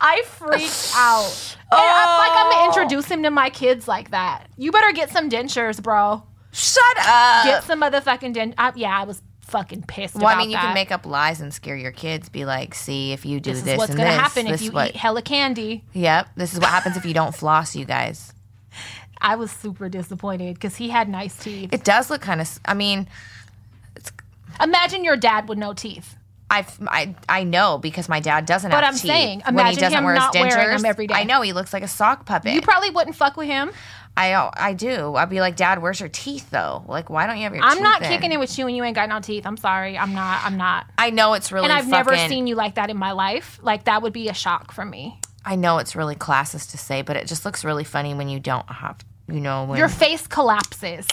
I freaked out. And I'm like, I'm
Oh.
gonna introduce him to my kids like that. You better get some dentures, bro.
Shut up.
Get some motherfucking dent. I, yeah, I was fucking pissed.
Uh. well, I
about
mean, you
that.
can make up lies and scare your kids. Be like, see, if you do
this
this,
is what's
and
gonna
this,
happen
this
if you
what,
eat hella candy.
Yep, this is what happens if you don't floss, you guys.
I was super disappointed because he had nice teeth.
It does look kind of. I mean,
Imagine your dad with no teeth.
I, I I know because my dad doesn't.
But
have
I'm
teeth.
saying,
when he
imagine
doesn't
him
wear his
not wearing
dentures,
'em every day.
I know he looks like a sock puppet.
You probably wouldn't fuck with him.
I oh, I do. I'd be like, Dad, where's your teeth though? Like, why don't you have your?
I'm
teeth
not
in?
kicking it with you and you ain't got no teeth. I'm sorry. I'm not. I'm not.
I know it's really.
and I've never
fucking-
seen you like that in my life. Like that would be a shock for me.
I know it's really classist to say, but it just looks really funny when you don't have. You know when
Your face collapses.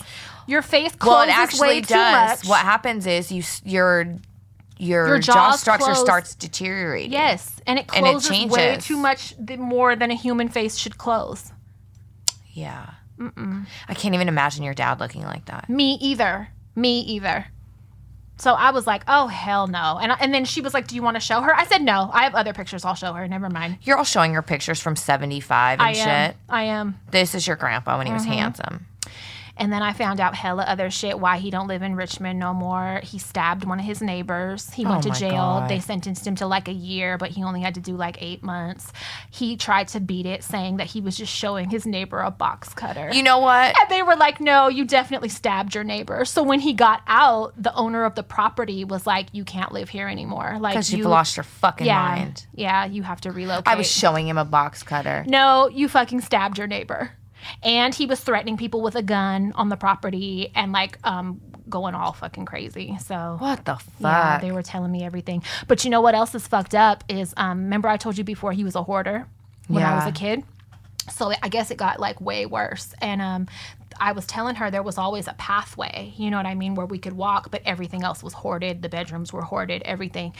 Your face closes
well, it
way
actually
too much.
does. What happens is you s- your your,
Your
jaw
jaws
structure
close.
starts deteriorating.
Yes, and it
And it
closes way
changes.
too much th- more than a human face should close.
Yeah. Mm-mm. I can't even imagine your dad looking like that.
Me either. Me either. So I was like, "Oh hell no!" And I- and then she was like, "Do you want to show her?" I said, "No, I have other pictures. I'll show her. Never mind."
You're all showing your pictures from 75 and
I
shit.
am. Mm-hmm. I am.
This is your grandpa when he was handsome.
And then I found out hella other shit why he don't live in Richmond no more. He stabbed one of his neighbors. He went to
Oh my
jail.
God.
They sentenced him to like a year, but he only had to do like eight months. He tried to beat it, saying that he was just showing his neighbor a box cutter.
You know what?
and they were like, no, you definitely stabbed your neighbor. So when he got out, the owner of the property was like, you can't live here anymore. Like,
Because
you,
you've lost your fucking
yeah,
mind.
Yeah, you have to relocate.
I was showing him a box cutter.
No, you fucking stabbed your neighbor. And he was threatening people with a gun on the property and like um going all fucking crazy. So
What the fuck?
yeah, they were telling me everything. But you know what else is fucked up is um remember I told you before he was a hoarder when I was
Yeah.
a kid? So I guess it got like way worse. And um I was telling her there was always a pathway, you know what I mean, where we could walk, but everything else was hoarded. The bedrooms were hoarded, everything.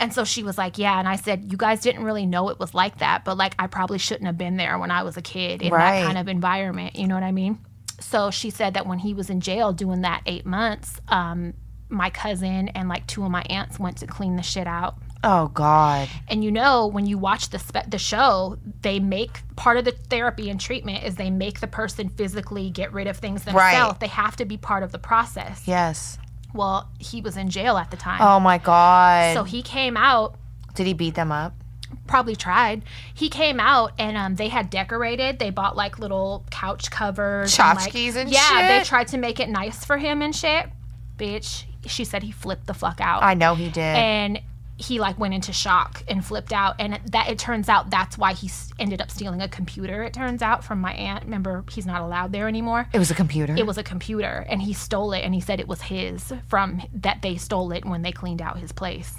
And so she was like, Yeah. And I said, You guys didn't really know it was like that, but like I probably shouldn't have been there when I was a kid in
Right.
that kind of environment. You know what I mean? So she said that when he was in jail doing that eight months, um, my cousin and like two of my aunts went to clean the shit out.
Oh, God.
And you know, when you watch the spe- the show, they make part of the therapy and treatment is they make the person physically get rid of things
Right.
themselves. They have to be part of the process.
Yes.
Well, he was in jail at the time,
Oh, my God.
so he came out
Did he beat them up?
probably tried. He came out and um, they had decorated. They bought like little couch covers,
Tchotchkes and
yeah.
shit?
They tried to make it nice for him and shit. Bitch, she said he flipped the fuck out,
I know he did.
and he like went into shock and flipped out. And that it turns out that's why he s- ended up stealing a computer. It turns out from my aunt. Remember, he's not allowed there anymore.
it was a computer.
It was a computer, and he stole it, and he said it was his from that they stole it when they cleaned out his place.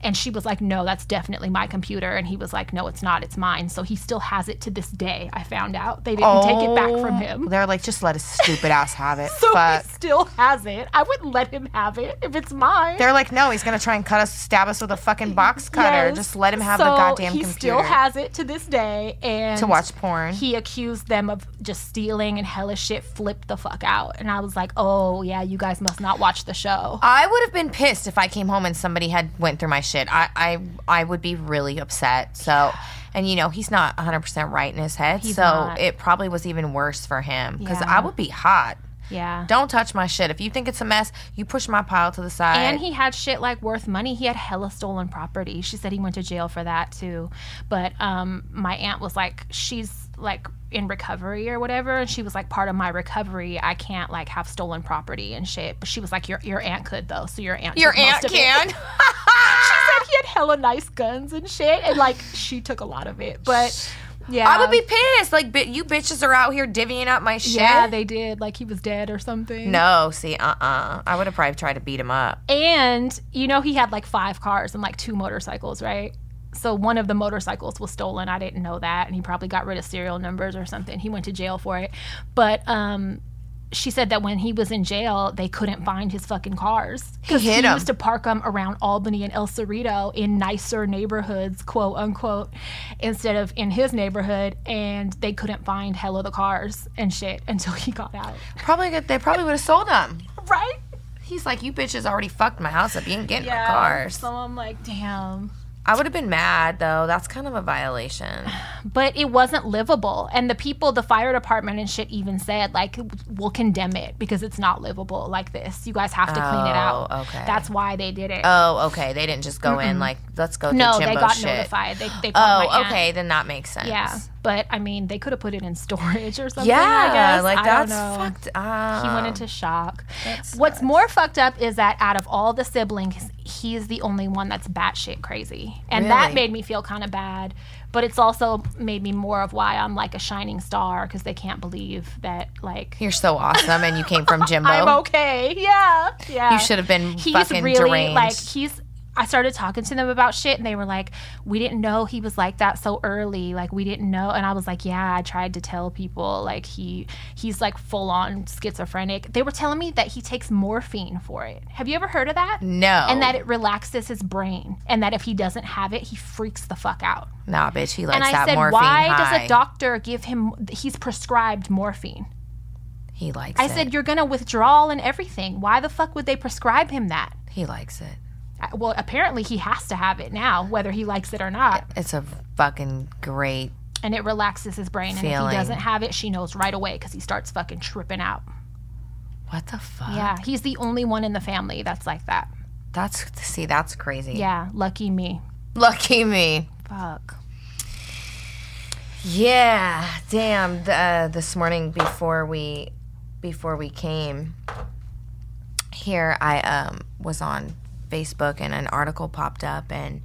And she was like, No, that's definitely my computer. And he was like, No, it's not, it's mine. So he still has it to this day. I found out. They didn't take it back from him.
Oh. They're like, just let his stupid ass have it.
So
Fuck.
he still has it. I wouldn't let him have it if it's mine.
They're like, no, he's gonna try and cut us, stab us with a fucking box cutter.
Yes.
Just let him have
so
the goddamn
he
computer
still has it to this day. And
to watch porn.
he accused them of just stealing and hella shit flipped the fuck out. And I was like, Oh yeah, you guys must not watch the show.
I would have been pissed if I came home and somebody had went through my shit. I I, I would be really upset. So, and you know he's not 100 percent right in his head, so
not.
it probably was even worse for him because
Yeah.
I would be hot.
Yeah.
Don't touch my shit. If you think it's a mess, you push my pile to the side.
And he had shit like worth money. He had hella stolen property. She said he went to jail for that too. But um, my aunt was like, she's like in recovery or whatever, and she was like, part of my recovery, I can't like have stolen property and shit. But she was like, your your aunt could though, so your aunt
your
took most
aunt
of it.
can.
she said he had hella nice guns and shit, and like she took a lot of it. But yeah,
I would be pissed. Like, bi- you bitches are out here divvying up my shit.
Yeah, they did. Like he was dead or something.
no, see, uh, uh I would have probably tried to beat him up.
And you know he had like five cars and like two motorcycles, right? So one of the motorcycles was stolen. I didn't know that, and he probably got rid of serial numbers or something. He went to jail for it. But um she said that when he was in jail, they couldn't find his fucking cars because
He
he,
hid 'em.
used to park them around Albany and El Cerrito in nicer neighborhoods, quote unquote, instead of in his neighborhood. And they couldn't find hell of the cars and shit until he got out.
Probably good. They probably would have sold him.
Right?
He's like, you bitches already fucked my house up. You ain't getting my cars.
So I'm like, damn.
I would have been mad though. That's kind of a violation.
but it wasn't livable and the people the fire department and shit even said like we'll condemn it because it's not livable like this you guys have to clean it out
Oh, okay.
that's why they did it
Oh, okay. They didn't just go in like, let's go.
no
through Jimbo
they got
shit.
notified they, they called my
Oh,
aunt.
okay. Then that makes sense.
yeah but i mean they could have put it in storage or something
Yeah.
i guess
Like
I
that's
don't know.
fucked up.
he went into shock.
Um, That
What's more fucked up is that out of all the siblings, he's the only one that's batshit crazy. And
Really?
that made me feel kind of bad. But it's also made me more of why I'm like a shining star because they can't believe that, like,
You're so awesome, and you came from Jimbo.
I'm okay. Yeah. Yeah.
You should have been
He's
fucking
really
deranged.
like, he's. I started talking to them about shit and they were like, we didn't know he was like that so early. Like we didn't know. And I was like, yeah, I tried to tell people like he he's like full on schizophrenic. They were telling me that he takes morphine for it. Have you ever heard of that?
no.
And that it relaxes his brain and that if he doesn't have it, he freaks the fuck out.
nah, bitch. He likes
and I
that
said,
morphine
why
high.
does a doctor give him he's prescribed morphine?
he likes
I
it.
said, You're gonna withdrawal and everything. Why the fuck would they prescribe him that?
he likes it.
I- Well, apparently he has to have it now, whether he likes it or not.
It's a fucking great.
And it relaxes his brain. And if
Feeling.
he doesn't have it, she knows right away because he starts fucking tripping out.
What the fuck?
Yeah, he's the only one in the family that's like that.
That's see. That's crazy.
Yeah, lucky me.
Lucky me.
Fuck.
Yeah, damn. The, uh, this morning before we before we came here, I um, was on Facebook and an article popped up and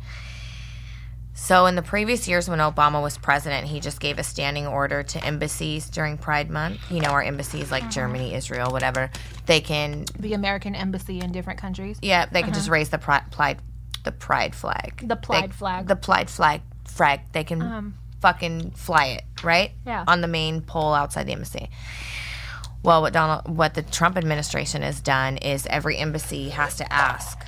so in the previous years when Obama was president, he just gave a standing order to embassies during Pride Month. You know, our embassies like Germany, Israel, whatever, they can
The American embassy in different countries.
yeah, they can
Uh-huh.
just raise the pri- pride the pride flag. they,
The plied flag.
The plied flag frag. They can fucking fly it, right?
Um. Yeah.
On the main pole outside the embassy. Well, what Donald what the Trump administration has done is every embassy has to ask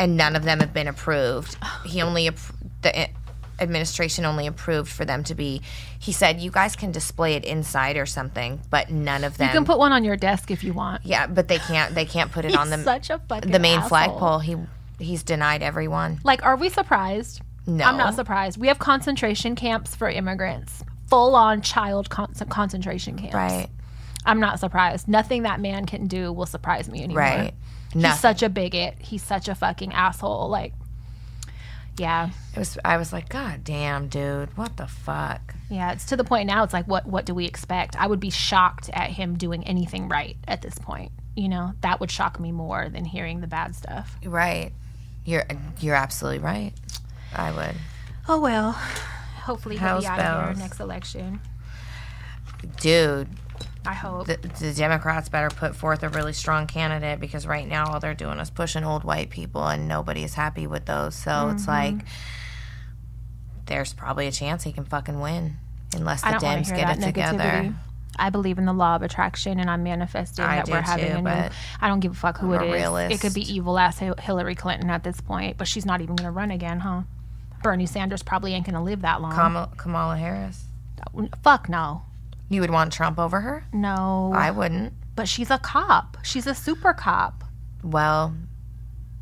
and none of them have been approved. He only appro- the i- administration only approved for them to be he said you guys can display it inside or something, but none of them
you can put one on your desk if you want.
Yeah, but they can't they can't put it on the
Such a fucking
the main
asshole.
flagpole. He he's denied everyone.
Like, are we surprised?
No,
I'm not surprised. We have concentration camps for immigrants, full on child con- concentration camps.
Right,
I'm not surprised. Nothing that man can do will surprise me anymore.
right.
He's
No,
such a bigot. He's such a fucking asshole. Like, yeah,
it was. I was like, God damn, dude, what the fuck?
yeah. It's to the point now. It's like, what, what do we expect? I would be shocked at him doing anything right at this point. You know, that would shock me more than hearing the bad stuff.
Right, you're you're absolutely right. I would.
Oh well. Hopefully he'll
Hell's
be out of
bells.
here next election.
Dude,
I hope.
the, the Democrats better put forth a really strong candidate because right now all they're doing is pushing old white people and nobody's happy with those. So it's like
Mm-hmm.
there's probably a chance he can fucking win unless the
I don't want
Dems
to hear
get
that
it together.
negativity. I believe in the law of attraction, and I'm manifesting
I
that
do
we're having
too,
a new.
but
I don't give a fuck who
I'm
it
a
is. It
realist.
could be evil ass Hil- Hillary Clinton at this point, but she's not even going to run again, huh? Bernie Sanders probably ain't going to live that long.
Kamala, Kamala Harris.
fuck no,
You would want Trump over her?
no.
I wouldn't.
but she's a cop. She's a super cop.
Well,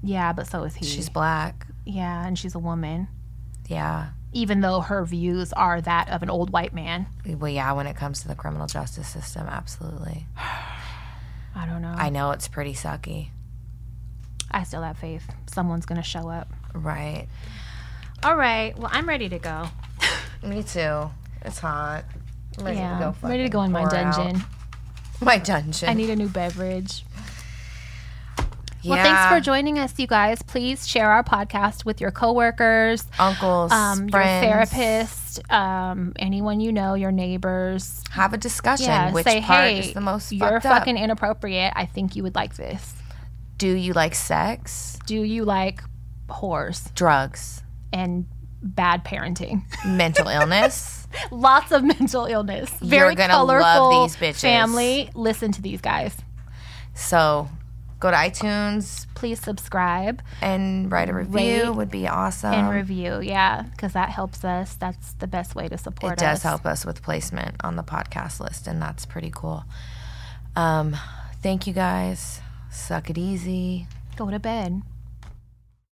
Yeah, but so is he.
she's black.
yeah, and she's a woman.
Yeah.
Even though her views are that of an old white man,
Well, yeah, when it comes to the criminal justice system, absolutely.
I don't know.
I know it's pretty sucky.
I still have faith. Someone's going to show up.
Right.
All right. Well, I'm ready to go.
Me too. It's hot. I'm ready
yeah.
to go.
I'm ready
fucking
to go in my
pour out.
dungeon.
My dungeon.
I need a new beverage.
yeah.
Well, thanks for joining us, you guys. Please share our podcast with your coworkers,
uncles,
um, your
friends.
therapist, um, anyone you know, your neighbors.
Have a discussion.
Yeah,
Which
say,
part
hey,
is the most
you're
fucked up?
fucking inappropriate. I think you would like this.
Do you like sex,
Do you like whores
drugs,
and bad parenting?
mental illness?
Lots of mental illness. Very
You're gonna
colorful
love these bitches.
family. Listen to these guys.
So, go to iTunes
Please subscribe
and write a review.
Rate
would be awesome.
and review. Yeah, because that helps us. That's the best way to support
it
us.
does help us with placement on the podcast list, and that's pretty cool. Um, thank you guys. Suck it easy.
Go to bed.